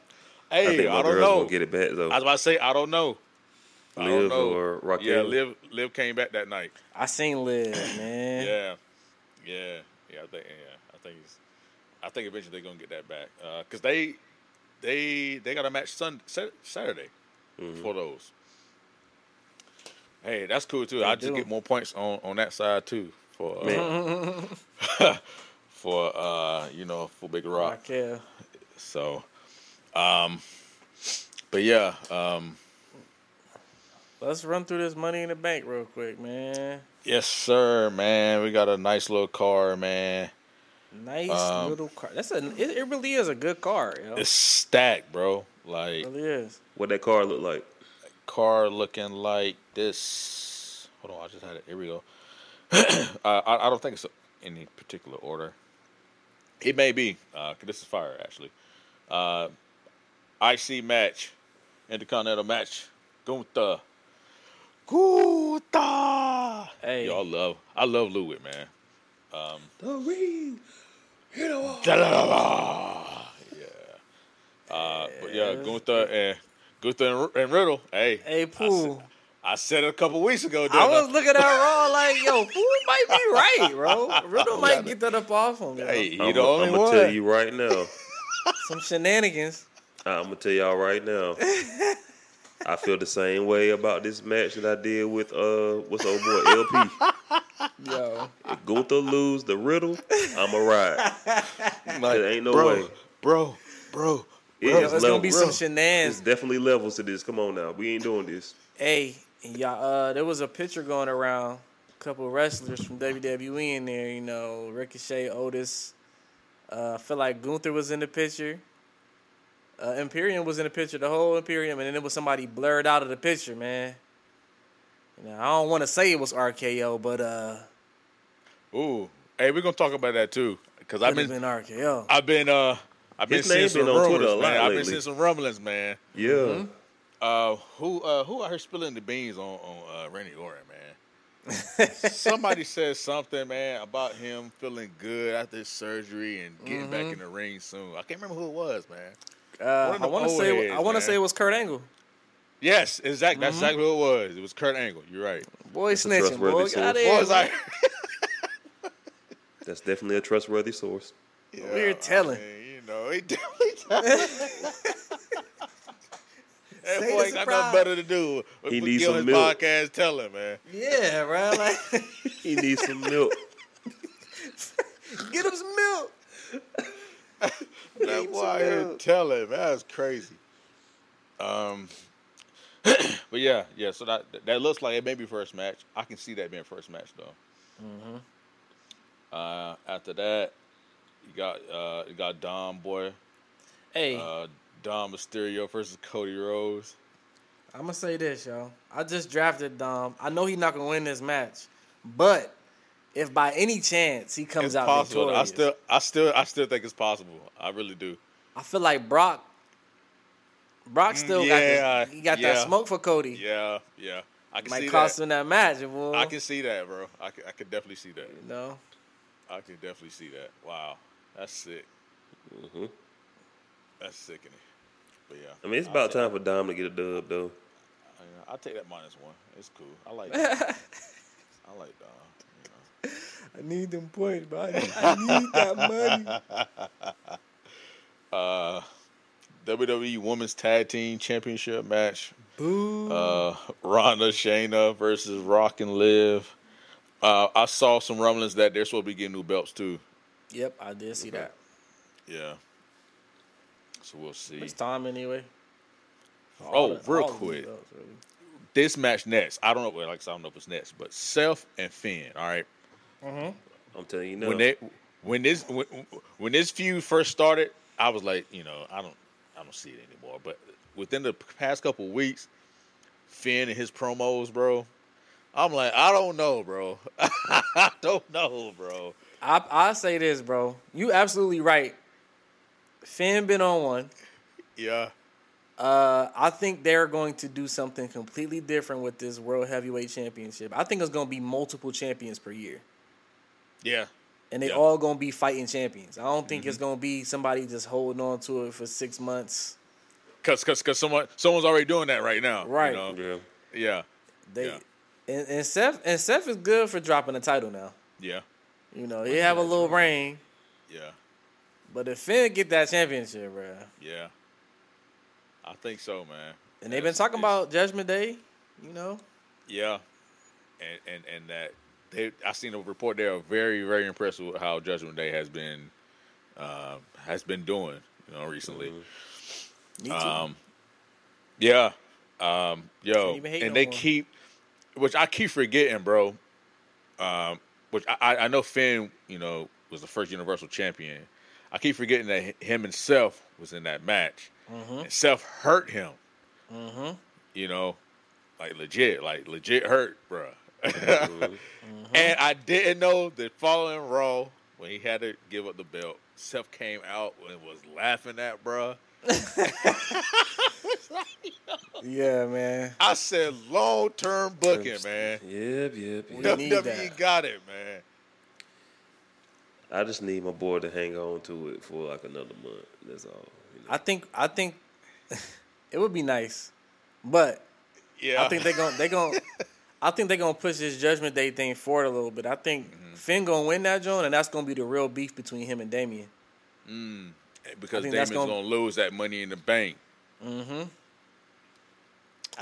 [SPEAKER 2] Hey,
[SPEAKER 3] think
[SPEAKER 2] I,
[SPEAKER 3] my
[SPEAKER 2] don't
[SPEAKER 3] girls
[SPEAKER 2] know.
[SPEAKER 3] gonna get it back though.
[SPEAKER 2] I was about to say I don't know. I don't
[SPEAKER 3] Liv
[SPEAKER 2] know.
[SPEAKER 3] or Raquel.
[SPEAKER 2] Yeah, Liv. Liv came back that night.
[SPEAKER 1] I seen Liv, man.
[SPEAKER 2] Yeah, yeah, yeah. I think. Yeah, I think. It's, I think eventually they're gonna get that back because they, they, they got a match Sun Sat- Saturday for those. Hey, that's cool too. I just
[SPEAKER 1] do.
[SPEAKER 2] get more points on on that side too for uh,
[SPEAKER 3] Man,
[SPEAKER 2] for uh you know for Big Rock.
[SPEAKER 1] Raquel.
[SPEAKER 2] So, um, but yeah, um,
[SPEAKER 1] Let's run through this Money in the Bank real quick, man.
[SPEAKER 2] yes sir, man. We got a nice little car, man.
[SPEAKER 1] Nice
[SPEAKER 2] Um,
[SPEAKER 1] little car. That's a. It, it really is a good car. Yo.
[SPEAKER 2] It's
[SPEAKER 1] It
[SPEAKER 2] stacked, bro. Like
[SPEAKER 1] really is.
[SPEAKER 3] what that car look like?
[SPEAKER 2] car looking like this. Hold on, I just had it. Here we go. uh, I, I don't think it's in any particular order. It may be. Uh, 'cause this is fire, actually. Uh, IC match, Intercontinental match, Gunther. Gunther.
[SPEAKER 1] Hey.
[SPEAKER 2] Y'all love. I love Ludwig, man. Um,
[SPEAKER 3] The ring.
[SPEAKER 2] Da-la-la-la. Yeah. Uh, but yeah, Gunther and Gunther and, R- and Riddle. Hey,
[SPEAKER 1] Hey, Poole.
[SPEAKER 2] I said it a couple weeks ago. didn't
[SPEAKER 1] I was looking at Raw like, yo, Poole might be right, bro. Riddle might get that up off him. yo.
[SPEAKER 2] Hey, you
[SPEAKER 3] I'm,
[SPEAKER 2] the only
[SPEAKER 3] I'm gonna
[SPEAKER 2] one.
[SPEAKER 3] tell you right now.
[SPEAKER 1] Some shenanigans.
[SPEAKER 3] I'm gonna tell y'all right now. I feel the same way about this match that I did with uh what's old boy LP.
[SPEAKER 1] Yo.
[SPEAKER 3] If Gunther lose the riddle, I'ma ride.
[SPEAKER 2] Like,
[SPEAKER 3] There ain't no
[SPEAKER 2] bro,
[SPEAKER 3] way.
[SPEAKER 2] bro, bro.
[SPEAKER 3] It
[SPEAKER 1] Yo,
[SPEAKER 3] is
[SPEAKER 1] it's gonna be
[SPEAKER 3] levels.
[SPEAKER 1] some
[SPEAKER 3] There's
[SPEAKER 1] shenanigans.
[SPEAKER 3] definitely levels to this. Come on now, we ain't doing this.
[SPEAKER 1] Hey, and y'all, uh, there was a picture going around. A couple wrestlers from WWE in there, you know, Ricochet, Otis. Uh, I feel like Gunther was in the picture. Uh, Imperium was in the picture, the whole Imperium, and then it was somebody blurred out of the picture, man. You know, I don't want to say it was RKO, but uh,
[SPEAKER 2] Ooh, hey, we're gonna talk about that too, because
[SPEAKER 1] could
[SPEAKER 2] I've
[SPEAKER 1] have
[SPEAKER 2] been,
[SPEAKER 1] been, RKO.
[SPEAKER 2] I've been, uh, I've been
[SPEAKER 3] His
[SPEAKER 2] seeing
[SPEAKER 3] name
[SPEAKER 2] some
[SPEAKER 3] been on Twitter
[SPEAKER 2] rumblings,
[SPEAKER 3] a lot
[SPEAKER 2] man. I've been
[SPEAKER 3] lately.
[SPEAKER 2] seeing some rumblings, man.
[SPEAKER 3] Yeah,
[SPEAKER 1] Mm-hmm.
[SPEAKER 2] Uh, who, uh, who I heard spilling the beans on on uh, Randy Orton, man. Somebody said something, man, about him feeling good after his surgery and getting back
[SPEAKER 1] Mm-hmm.
[SPEAKER 2] in the ring soon. I can't remember who it was, man.
[SPEAKER 1] Uh,
[SPEAKER 2] of
[SPEAKER 1] I
[SPEAKER 2] the
[SPEAKER 1] want to
[SPEAKER 2] old
[SPEAKER 1] say,
[SPEAKER 2] heads,
[SPEAKER 1] I want to
[SPEAKER 2] man.
[SPEAKER 1] say it was Kurt Angle.
[SPEAKER 2] Yes, exactly. That's
[SPEAKER 1] Mm-hmm.
[SPEAKER 2] exactly who it was. It was Kurt Angle. You're right.
[SPEAKER 1] Boy,
[SPEAKER 3] a
[SPEAKER 1] snitching,
[SPEAKER 3] trustworthy
[SPEAKER 1] boy.
[SPEAKER 3] source.
[SPEAKER 1] Got
[SPEAKER 2] What was I?
[SPEAKER 1] it.
[SPEAKER 3] that's definitely a trustworthy source.
[SPEAKER 1] We're
[SPEAKER 2] Yeah,
[SPEAKER 1] telling.
[SPEAKER 2] I mean, you know, he definitely telling. that
[SPEAKER 1] Say
[SPEAKER 2] boy
[SPEAKER 1] the
[SPEAKER 2] ain't got
[SPEAKER 1] surprise.
[SPEAKER 2] nothing better to do. But
[SPEAKER 3] He
[SPEAKER 2] we
[SPEAKER 3] needs
[SPEAKER 2] get on
[SPEAKER 3] some
[SPEAKER 2] his
[SPEAKER 3] milk.
[SPEAKER 2] podcast. Tell him, man.
[SPEAKER 1] Yeah, bro. Like,
[SPEAKER 3] He needs some milk.
[SPEAKER 1] get him some milk.
[SPEAKER 2] That boy out here
[SPEAKER 1] milk.
[SPEAKER 2] tell him. That's crazy. Um, but yeah, yeah. So that that looks like it may be first match. I can see that being first match though.
[SPEAKER 1] Mm-hmm.
[SPEAKER 2] Uh, after that, you got uh, you got Dom boy,
[SPEAKER 1] Hey,
[SPEAKER 2] uh, Dom Mysterio versus Cody Rhodes.
[SPEAKER 1] I'm gonna say this, yo. I just drafted Dom. I know he's not gonna win this match, but if by any chance he comes
[SPEAKER 2] it's
[SPEAKER 1] out
[SPEAKER 2] possible.
[SPEAKER 1] victorious,
[SPEAKER 2] I still, I still, I still think it's possible. I really do.
[SPEAKER 1] I feel like Brock. Brock still
[SPEAKER 2] yeah,
[SPEAKER 1] got this, he got
[SPEAKER 2] yeah.
[SPEAKER 1] that smoke for Cody.
[SPEAKER 2] Yeah, yeah. I can see
[SPEAKER 1] Might
[SPEAKER 2] that.
[SPEAKER 1] cost him that match, boy.
[SPEAKER 2] I can see that, bro. I can, I can definitely see that.
[SPEAKER 1] you know.
[SPEAKER 2] I can definitely see that. Wow, that's sick. That's sickening. But yeah,
[SPEAKER 3] I mean, it's
[SPEAKER 2] I'll
[SPEAKER 3] about
[SPEAKER 2] take-
[SPEAKER 3] time for Dom to get a dub though.
[SPEAKER 2] I, will take that minus one. It's cool. I like. that. I like Dom. you know.
[SPEAKER 1] I need them points, bro. I need that
[SPEAKER 2] Uh,
[SPEAKER 1] money.
[SPEAKER 2] WWE E Women's Tag Team Championship match.
[SPEAKER 1] Boo.
[SPEAKER 2] Uh, Ronda Shayna versus Rock and Liv. Uh, I saw some rumblings that they're supposed to be getting new belts too.
[SPEAKER 1] yep, I did see that.
[SPEAKER 2] Yeah. So we'll see.
[SPEAKER 1] It's time anyway.
[SPEAKER 2] Oh,
[SPEAKER 1] All
[SPEAKER 2] real
[SPEAKER 1] of these
[SPEAKER 2] quick.
[SPEAKER 1] belts, really.
[SPEAKER 2] This match next. I don't know. Well, like I said, I don't know if it's next, but Self and Finn. All right.
[SPEAKER 3] I'm telling you now.
[SPEAKER 2] When they when this when, when this feud first started, I was like, you know, I don't I don't see it anymore. But within the past couple weeks, Finn and his promos, bro, I'm like, I don't know, bro. I don't know, bro.
[SPEAKER 1] I I say this, bro. You absolutely right. Finn been on one.
[SPEAKER 2] Yeah.
[SPEAKER 1] Uh, I think they're going to do something completely different with this World Heavyweight Championship. I think it's going to be multiple champions per year,
[SPEAKER 2] Yeah.
[SPEAKER 1] and they
[SPEAKER 2] Yeah. Mm-hmm.
[SPEAKER 1] all going to be fighting champions. I don't think it's going to be somebody just holding on to it for six months.
[SPEAKER 2] Cause, cause, cause someone, someone's already doing that right now. you
[SPEAKER 1] Right.
[SPEAKER 2] know?
[SPEAKER 3] Yeah.
[SPEAKER 2] Yeah.
[SPEAKER 1] They
[SPEAKER 2] Yeah.
[SPEAKER 1] and, and Seth and Seth is good for dropping a title now.
[SPEAKER 2] Yeah.
[SPEAKER 1] You know, he have a little reign,
[SPEAKER 2] Yeah.
[SPEAKER 1] but if Finn get that championship, bro,
[SPEAKER 2] Yeah. I think so, man.
[SPEAKER 1] and they've been talking about Judgment Day, you know,
[SPEAKER 2] Yeah. And and and that they I seen a report they are very very impressed with how Judgment Day has been uh, has been doing you know recently.
[SPEAKER 1] me too.
[SPEAKER 2] Um, yeah. Um, yo,
[SPEAKER 1] Can't even hate
[SPEAKER 2] and
[SPEAKER 1] no
[SPEAKER 2] they
[SPEAKER 1] more.
[SPEAKER 2] keep, which I keep forgetting, bro. Um, which I- I, I know Finn, you know, was the first Universal Champion. I keep forgetting that hi- him and Self was in that match. And Self hurt him. You know, like legit, like legit hurt, bro.
[SPEAKER 1] Oh.
[SPEAKER 2] And I didn't know that following Raw, when he had to give up the belt, Seth came out and was laughing at, bruh.
[SPEAKER 1] yeah, man,
[SPEAKER 2] I said long term booking, man.
[SPEAKER 3] Yep, yep,
[SPEAKER 1] We
[SPEAKER 3] yep.
[SPEAKER 1] need
[SPEAKER 2] WWE
[SPEAKER 1] that.
[SPEAKER 2] E got it, man.
[SPEAKER 3] I just need my boy to hang on to it for like another month. That's all. You know?
[SPEAKER 1] I think I think it would be nice, but
[SPEAKER 2] Yeah,
[SPEAKER 1] I think they're gonna they gonna I think they're gonna push this Judgment Day thing forward a little bit. I think
[SPEAKER 2] Mm-hmm.
[SPEAKER 1] Finn gonna win that joint, and that's gonna be the real beef between him and Damien. I
[SPEAKER 2] because
[SPEAKER 1] think
[SPEAKER 2] Damon's
[SPEAKER 1] that's
[SPEAKER 2] gonna,
[SPEAKER 1] gonna-
[SPEAKER 2] lose that money in the bank.
[SPEAKER 1] I think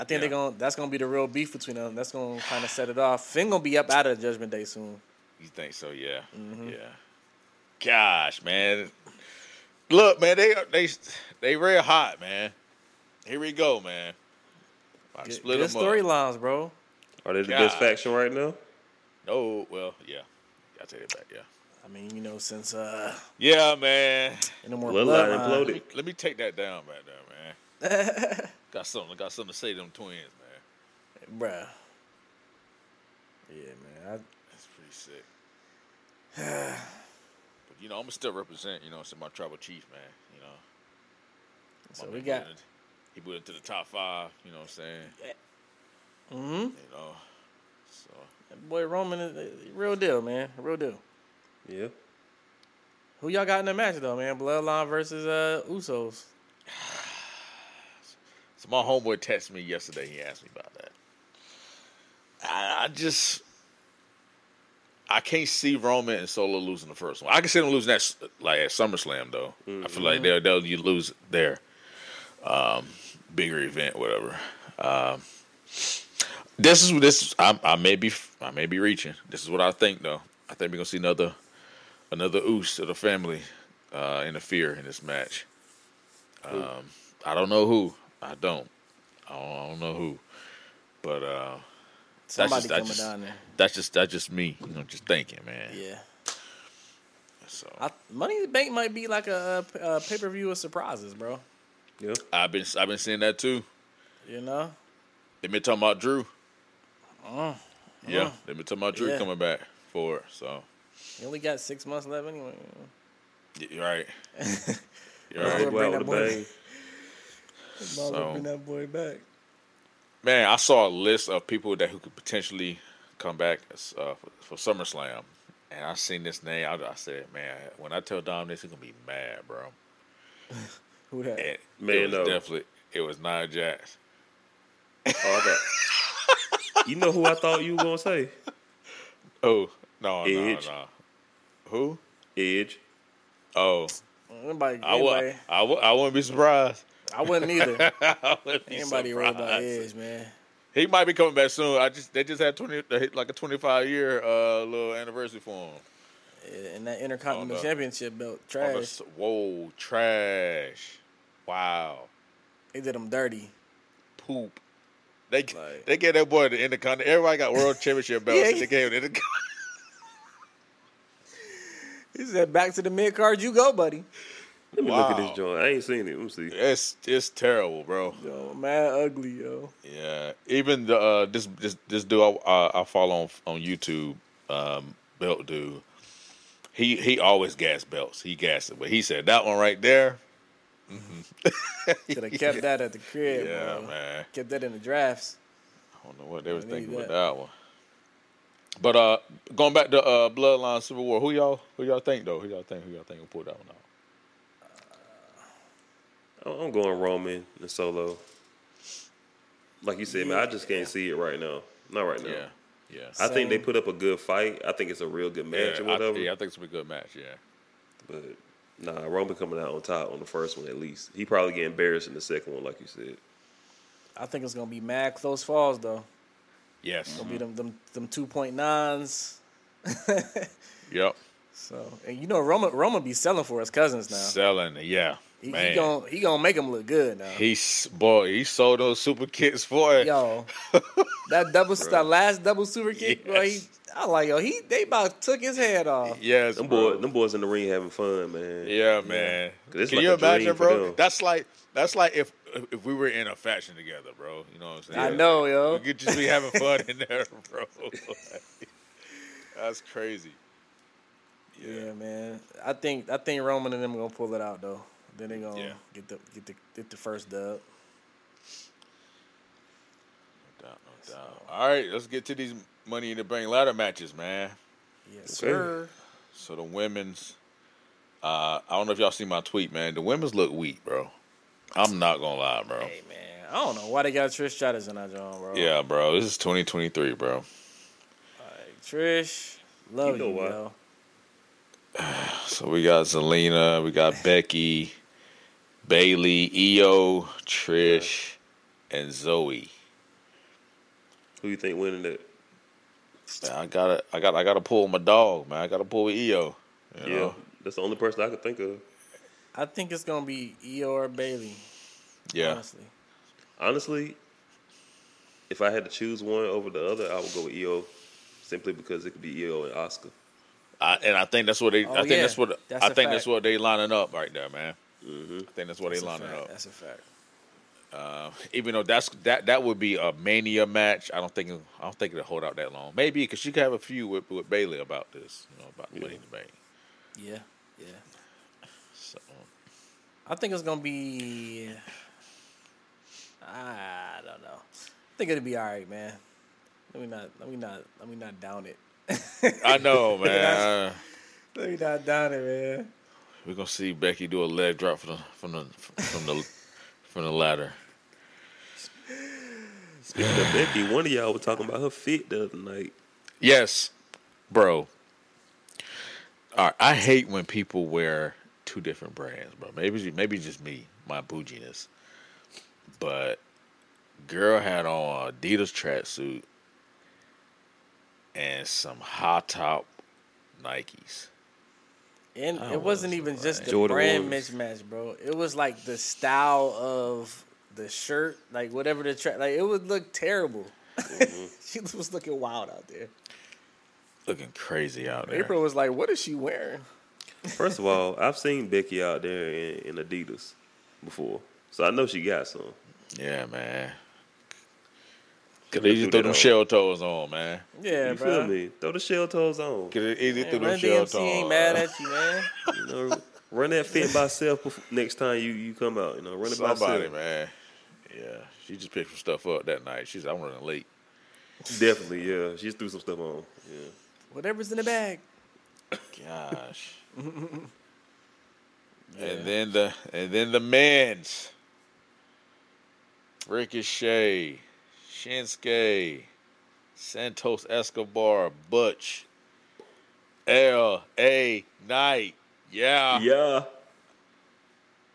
[SPEAKER 2] Yeah.
[SPEAKER 1] they're gonna that's gonna be the real beef between them. That's gonna kind of set it off. Finn gonna be up out of Judgment Day soon.
[SPEAKER 2] You think so? Yeah,
[SPEAKER 1] Mm-hmm.
[SPEAKER 2] yeah. Gosh, man. Look, man, they they they real hot, man. Here we go, man. About to
[SPEAKER 1] Good,
[SPEAKER 2] split
[SPEAKER 1] good
[SPEAKER 2] them up.
[SPEAKER 1] storylines, bro.
[SPEAKER 3] Are they the
[SPEAKER 2] God.
[SPEAKER 3] best faction right now?
[SPEAKER 2] No, well, yeah. I take it back. Yeah,
[SPEAKER 1] I mean, you know, since uh,
[SPEAKER 2] yeah, man.
[SPEAKER 1] in the more
[SPEAKER 3] Bloodline
[SPEAKER 1] bloodline,
[SPEAKER 3] imploded.
[SPEAKER 2] Let me, let me take that down back there, man. got something. Got something to say to them twins, man.
[SPEAKER 1] bruh. Yeah, man. I,
[SPEAKER 2] That's pretty sick. but you know, I'm gonna still represent. You know, it's my tribal chief, man. You know,
[SPEAKER 1] so
[SPEAKER 2] My
[SPEAKER 1] we
[SPEAKER 2] man
[SPEAKER 1] got
[SPEAKER 2] moved- he put it to the top five. You know what I'm saying?
[SPEAKER 1] hmm
[SPEAKER 2] You know, so
[SPEAKER 1] boy Roman, is uh, real deal, man, real deal.
[SPEAKER 3] Yeah.
[SPEAKER 1] Who y'all got in the match though, man? Bloodline versus uh Usos.
[SPEAKER 2] so my homeboy texted me yesterday. He asked me about that. I, I just. I can't see Roman and Solo losing the first one. I can see them losing that s- like at SummerSlam though. I feel like they'll they'll you lose there, um, bigger event, whatever. Um, This is this. I, I may be. I may be reaching. This is what I think, though. I think we're gonna see another, another oos of the family uh, interfere in this match. Um, I don't know who. I don't. I don't, I don't know who. But uh,
[SPEAKER 1] Somebody
[SPEAKER 2] just- that's
[SPEAKER 1] coming
[SPEAKER 2] just-
[SPEAKER 1] down there.
[SPEAKER 2] that's just that's just me. You know, just thinking, man.
[SPEAKER 1] Yeah.
[SPEAKER 2] So
[SPEAKER 1] I, Money in the Bank might be like a, a pay per view of surprises, bro.
[SPEAKER 3] Yeah.
[SPEAKER 2] I've been I've been seeing that too.
[SPEAKER 1] You know? Mm.
[SPEAKER 2] They've been talking about Drew. yeah, they've been talking about Drew
[SPEAKER 1] Uh-huh. Yeah.
[SPEAKER 2] coming back for it. So
[SPEAKER 1] You only got six months left anyway.
[SPEAKER 2] y- you're right. You're
[SPEAKER 1] Might as well bring
[SPEAKER 2] right.
[SPEAKER 3] Right. With a
[SPEAKER 1] that boy-
[SPEAKER 3] bang.
[SPEAKER 2] So- bring
[SPEAKER 1] that boy back.
[SPEAKER 2] Man, I saw a list of people that who could potentially come back uh, for, for SummerSlam, and I seen this name. I, I said, "Man, when I tell Dom this, he's gonna be mad, bro."
[SPEAKER 1] Who that?
[SPEAKER 2] And
[SPEAKER 3] Man,
[SPEAKER 2] it was
[SPEAKER 3] no.
[SPEAKER 2] definitely it was Nia Jax.
[SPEAKER 3] Oh, I thought- you know who I thought you were gonna say?
[SPEAKER 2] Oh no, no,
[SPEAKER 3] Edge.
[SPEAKER 2] no. Who?
[SPEAKER 3] Edge.
[SPEAKER 2] Oh,
[SPEAKER 1] Anybody,
[SPEAKER 2] I would,
[SPEAKER 1] anybody,
[SPEAKER 2] I would, I wouldn't be surprised.
[SPEAKER 1] I wouldn't either.
[SPEAKER 2] I wouldn't be
[SPEAKER 1] Anybody worried about
[SPEAKER 2] surprised.
[SPEAKER 1] Edge, man.
[SPEAKER 2] He might be coming back soon. I just they just had twenty like a twenty five year uh, little anniversary for him.
[SPEAKER 1] And that Intercontinental
[SPEAKER 2] Oh, no.
[SPEAKER 1] Championship belt,
[SPEAKER 2] On the
[SPEAKER 1] trash.
[SPEAKER 2] s- Whoa, trash! Wow.
[SPEAKER 1] They did him dirty.
[SPEAKER 2] poop. They
[SPEAKER 3] Like-
[SPEAKER 2] they gave that boy the Intercontinental. Everybody got world championship belts.
[SPEAKER 1] Yeah,
[SPEAKER 2] and they gave him the Intercon-
[SPEAKER 1] He said, back to the mid card you go, buddy.
[SPEAKER 3] Let me look at
[SPEAKER 2] Wow.
[SPEAKER 3] this joint. I ain't seen it. Let me see.
[SPEAKER 2] It's it's terrible, bro.
[SPEAKER 1] Yo, mad ugly, yo.
[SPEAKER 2] Yeah, even the uh, this this this dude I, I, I follow on on YouTube, um, belt dude. He he always gas belts. He gassed it, but he said that one right there.
[SPEAKER 1] Should have kept that at the crib,
[SPEAKER 2] Yeah,
[SPEAKER 1] bro.
[SPEAKER 2] man.
[SPEAKER 1] Kept that in the drafts.
[SPEAKER 2] I don't know what they was
[SPEAKER 1] I need
[SPEAKER 2] thinking with
[SPEAKER 1] that.
[SPEAKER 2] that one. But uh, going back to uh, Bloodline Super War, who y'all who y'all think though? Who y'all think who y'all think will pull that one out?
[SPEAKER 3] I'm I'm going Roman and Solo. Like you said, man, I just can't see it right now. Not right now.
[SPEAKER 2] Yeah, yeah.
[SPEAKER 3] I think they
[SPEAKER 1] Same.
[SPEAKER 3] put up a good fight. I think it's a real good match or
[SPEAKER 2] yeah,
[SPEAKER 3] whatever.
[SPEAKER 2] I, yeah, I think it's a good match. Yeah,
[SPEAKER 3] But nah, Roman coming out on top on the first one at least. He probably get embarrassed in the second one, like you said.
[SPEAKER 1] I think it's gonna be mad close falls though.
[SPEAKER 2] yes,
[SPEAKER 1] Gonna be them them them two point nines.
[SPEAKER 2] yep.
[SPEAKER 1] So and you know Roma Roma be selling for his cousins now.
[SPEAKER 2] Selling, yeah,
[SPEAKER 1] He,
[SPEAKER 2] man.
[SPEAKER 1] he gonna he gonna make them look good now.
[SPEAKER 2] He's boy. He sold those super kicks for it.
[SPEAKER 1] Yo, that double that last double super kick, bro. He,
[SPEAKER 2] Yes.
[SPEAKER 1] I like yo. He they about took his head off.
[SPEAKER 2] Yes,
[SPEAKER 3] Them
[SPEAKER 2] bro.
[SPEAKER 3] boy, them boys in the ring having fun, man.
[SPEAKER 2] Yeah, man.
[SPEAKER 3] It's
[SPEAKER 2] Can
[SPEAKER 3] like
[SPEAKER 2] you
[SPEAKER 3] a dream
[SPEAKER 2] imagine,
[SPEAKER 3] for
[SPEAKER 2] bro?
[SPEAKER 3] them.
[SPEAKER 2] That's like that's like if if we were in a fashion together, bro. You know what I'm saying?
[SPEAKER 1] I know,
[SPEAKER 2] We
[SPEAKER 1] yo.
[SPEAKER 2] could just be having fun in there, bro. that's crazy.
[SPEAKER 1] Yeah. man. I think I think Roman and them gonna pull it out though. Then they gonna
[SPEAKER 2] Yeah.
[SPEAKER 1] get the get the get the first dub.
[SPEAKER 2] No doubt, no doubt. All right, let's get to these money in the bank ladder matches, man.
[SPEAKER 1] Yes,
[SPEAKER 3] Okay.
[SPEAKER 1] sir.
[SPEAKER 2] So the women's, uh, I don't know if y'all see my tweet, man. The women's look weak, bro. I'm not gonna lie, bro.
[SPEAKER 1] Hey man, I don't know why they got Trish Stratus in that joint, bro.
[SPEAKER 2] Yeah, bro. This is 2023, bro.
[SPEAKER 1] Like, Trish, love
[SPEAKER 3] You
[SPEAKER 1] you,
[SPEAKER 3] know why.
[SPEAKER 1] yo.
[SPEAKER 2] So we got Zelina, we got Becky, Bailey, Io, Trish, and Zoe.
[SPEAKER 3] Who you think winning that?
[SPEAKER 2] Man, I gotta, I got, to I gotta pull my dog, man. I gotta pull with Io. You
[SPEAKER 3] yeah,
[SPEAKER 2] know?
[SPEAKER 3] that's the only person I could think of.
[SPEAKER 1] I think it's gonna be Io or Bailey.
[SPEAKER 2] Yeah,
[SPEAKER 1] Honestly,
[SPEAKER 3] Honestly, if I had to choose one over the other, I would go with EO, simply because it could be EO and Oscar.
[SPEAKER 2] I, and I think that's what they.
[SPEAKER 1] Oh,
[SPEAKER 2] I think
[SPEAKER 1] yeah.
[SPEAKER 2] that's what.
[SPEAKER 1] That's
[SPEAKER 2] I
[SPEAKER 1] a
[SPEAKER 2] think that's
[SPEAKER 1] fact.
[SPEAKER 2] what they lining up right there, man. I think that's what
[SPEAKER 1] That's
[SPEAKER 2] they
[SPEAKER 1] a
[SPEAKER 2] lining
[SPEAKER 1] fact.
[SPEAKER 2] up.
[SPEAKER 1] That's a fact.
[SPEAKER 2] Even though that's that that would be a mania match. I don't think I don't think it'll hold out that long. Maybe because you could have a few with, with Bailey about this, you know, about the Money in the Bank.
[SPEAKER 1] Yeah, yeah.
[SPEAKER 2] So
[SPEAKER 1] I think it's gonna be. I don't know. I think it'll be all right, man. Let me not. Let me not. Let me not down it.
[SPEAKER 2] I know, man.
[SPEAKER 1] Let me not down it, man.
[SPEAKER 2] We're gonna see Becky do a leg drop from the from the from the from the ladder.
[SPEAKER 3] Speaking of Becky, one of y'all was talking about her fit the other night.
[SPEAKER 2] Yes, bro. All right, I hate when people wear two different brands, bro. Maybe it's- maybe it's just me, my bouginess. But girl had on Adidas tracksuit and some high top Nikes.
[SPEAKER 1] And
[SPEAKER 2] I
[SPEAKER 1] it wasn't
[SPEAKER 2] was
[SPEAKER 1] even just the
[SPEAKER 3] Jordan
[SPEAKER 1] brand
[SPEAKER 3] Woods.
[SPEAKER 1] mismatch, bro. It was like the style of the shirt, like whatever the track, like it would look terrible.
[SPEAKER 3] Mm-hmm.
[SPEAKER 1] she was looking wild out there.
[SPEAKER 2] Looking crazy out there.
[SPEAKER 1] April was like, "What is she wearing?"
[SPEAKER 3] First of all, I've seen Becky out there in, in Adidas before, so I know she got some.
[SPEAKER 2] Yeah, man. Could they just throw
[SPEAKER 3] that
[SPEAKER 2] them
[SPEAKER 3] on.
[SPEAKER 2] shell toes on, man.
[SPEAKER 1] Yeah,
[SPEAKER 3] you
[SPEAKER 1] bro.
[SPEAKER 3] feel me? Throw the shell toes on.
[SPEAKER 2] Get it easy
[SPEAKER 1] Hey,
[SPEAKER 2] through them
[SPEAKER 1] Run
[SPEAKER 2] shell
[SPEAKER 1] DMC ain't mad
[SPEAKER 2] toes.
[SPEAKER 1] at you, man.
[SPEAKER 3] You know, run that fit by self before, next time you, you come out. You know, run it by
[SPEAKER 2] Somebody,
[SPEAKER 3] self.
[SPEAKER 2] man. Yeah, she just picked some stuff up that night. She's I'm running late.
[SPEAKER 3] Definitely, yeah. She just threw some stuff on. Yeah.
[SPEAKER 1] Whatever's in the bag.
[SPEAKER 2] Gosh. And then the and then the men's Ricochet, Shinsuke, Santos Escobar, Butch, L. A. Knight. Yeah.
[SPEAKER 3] Yeah.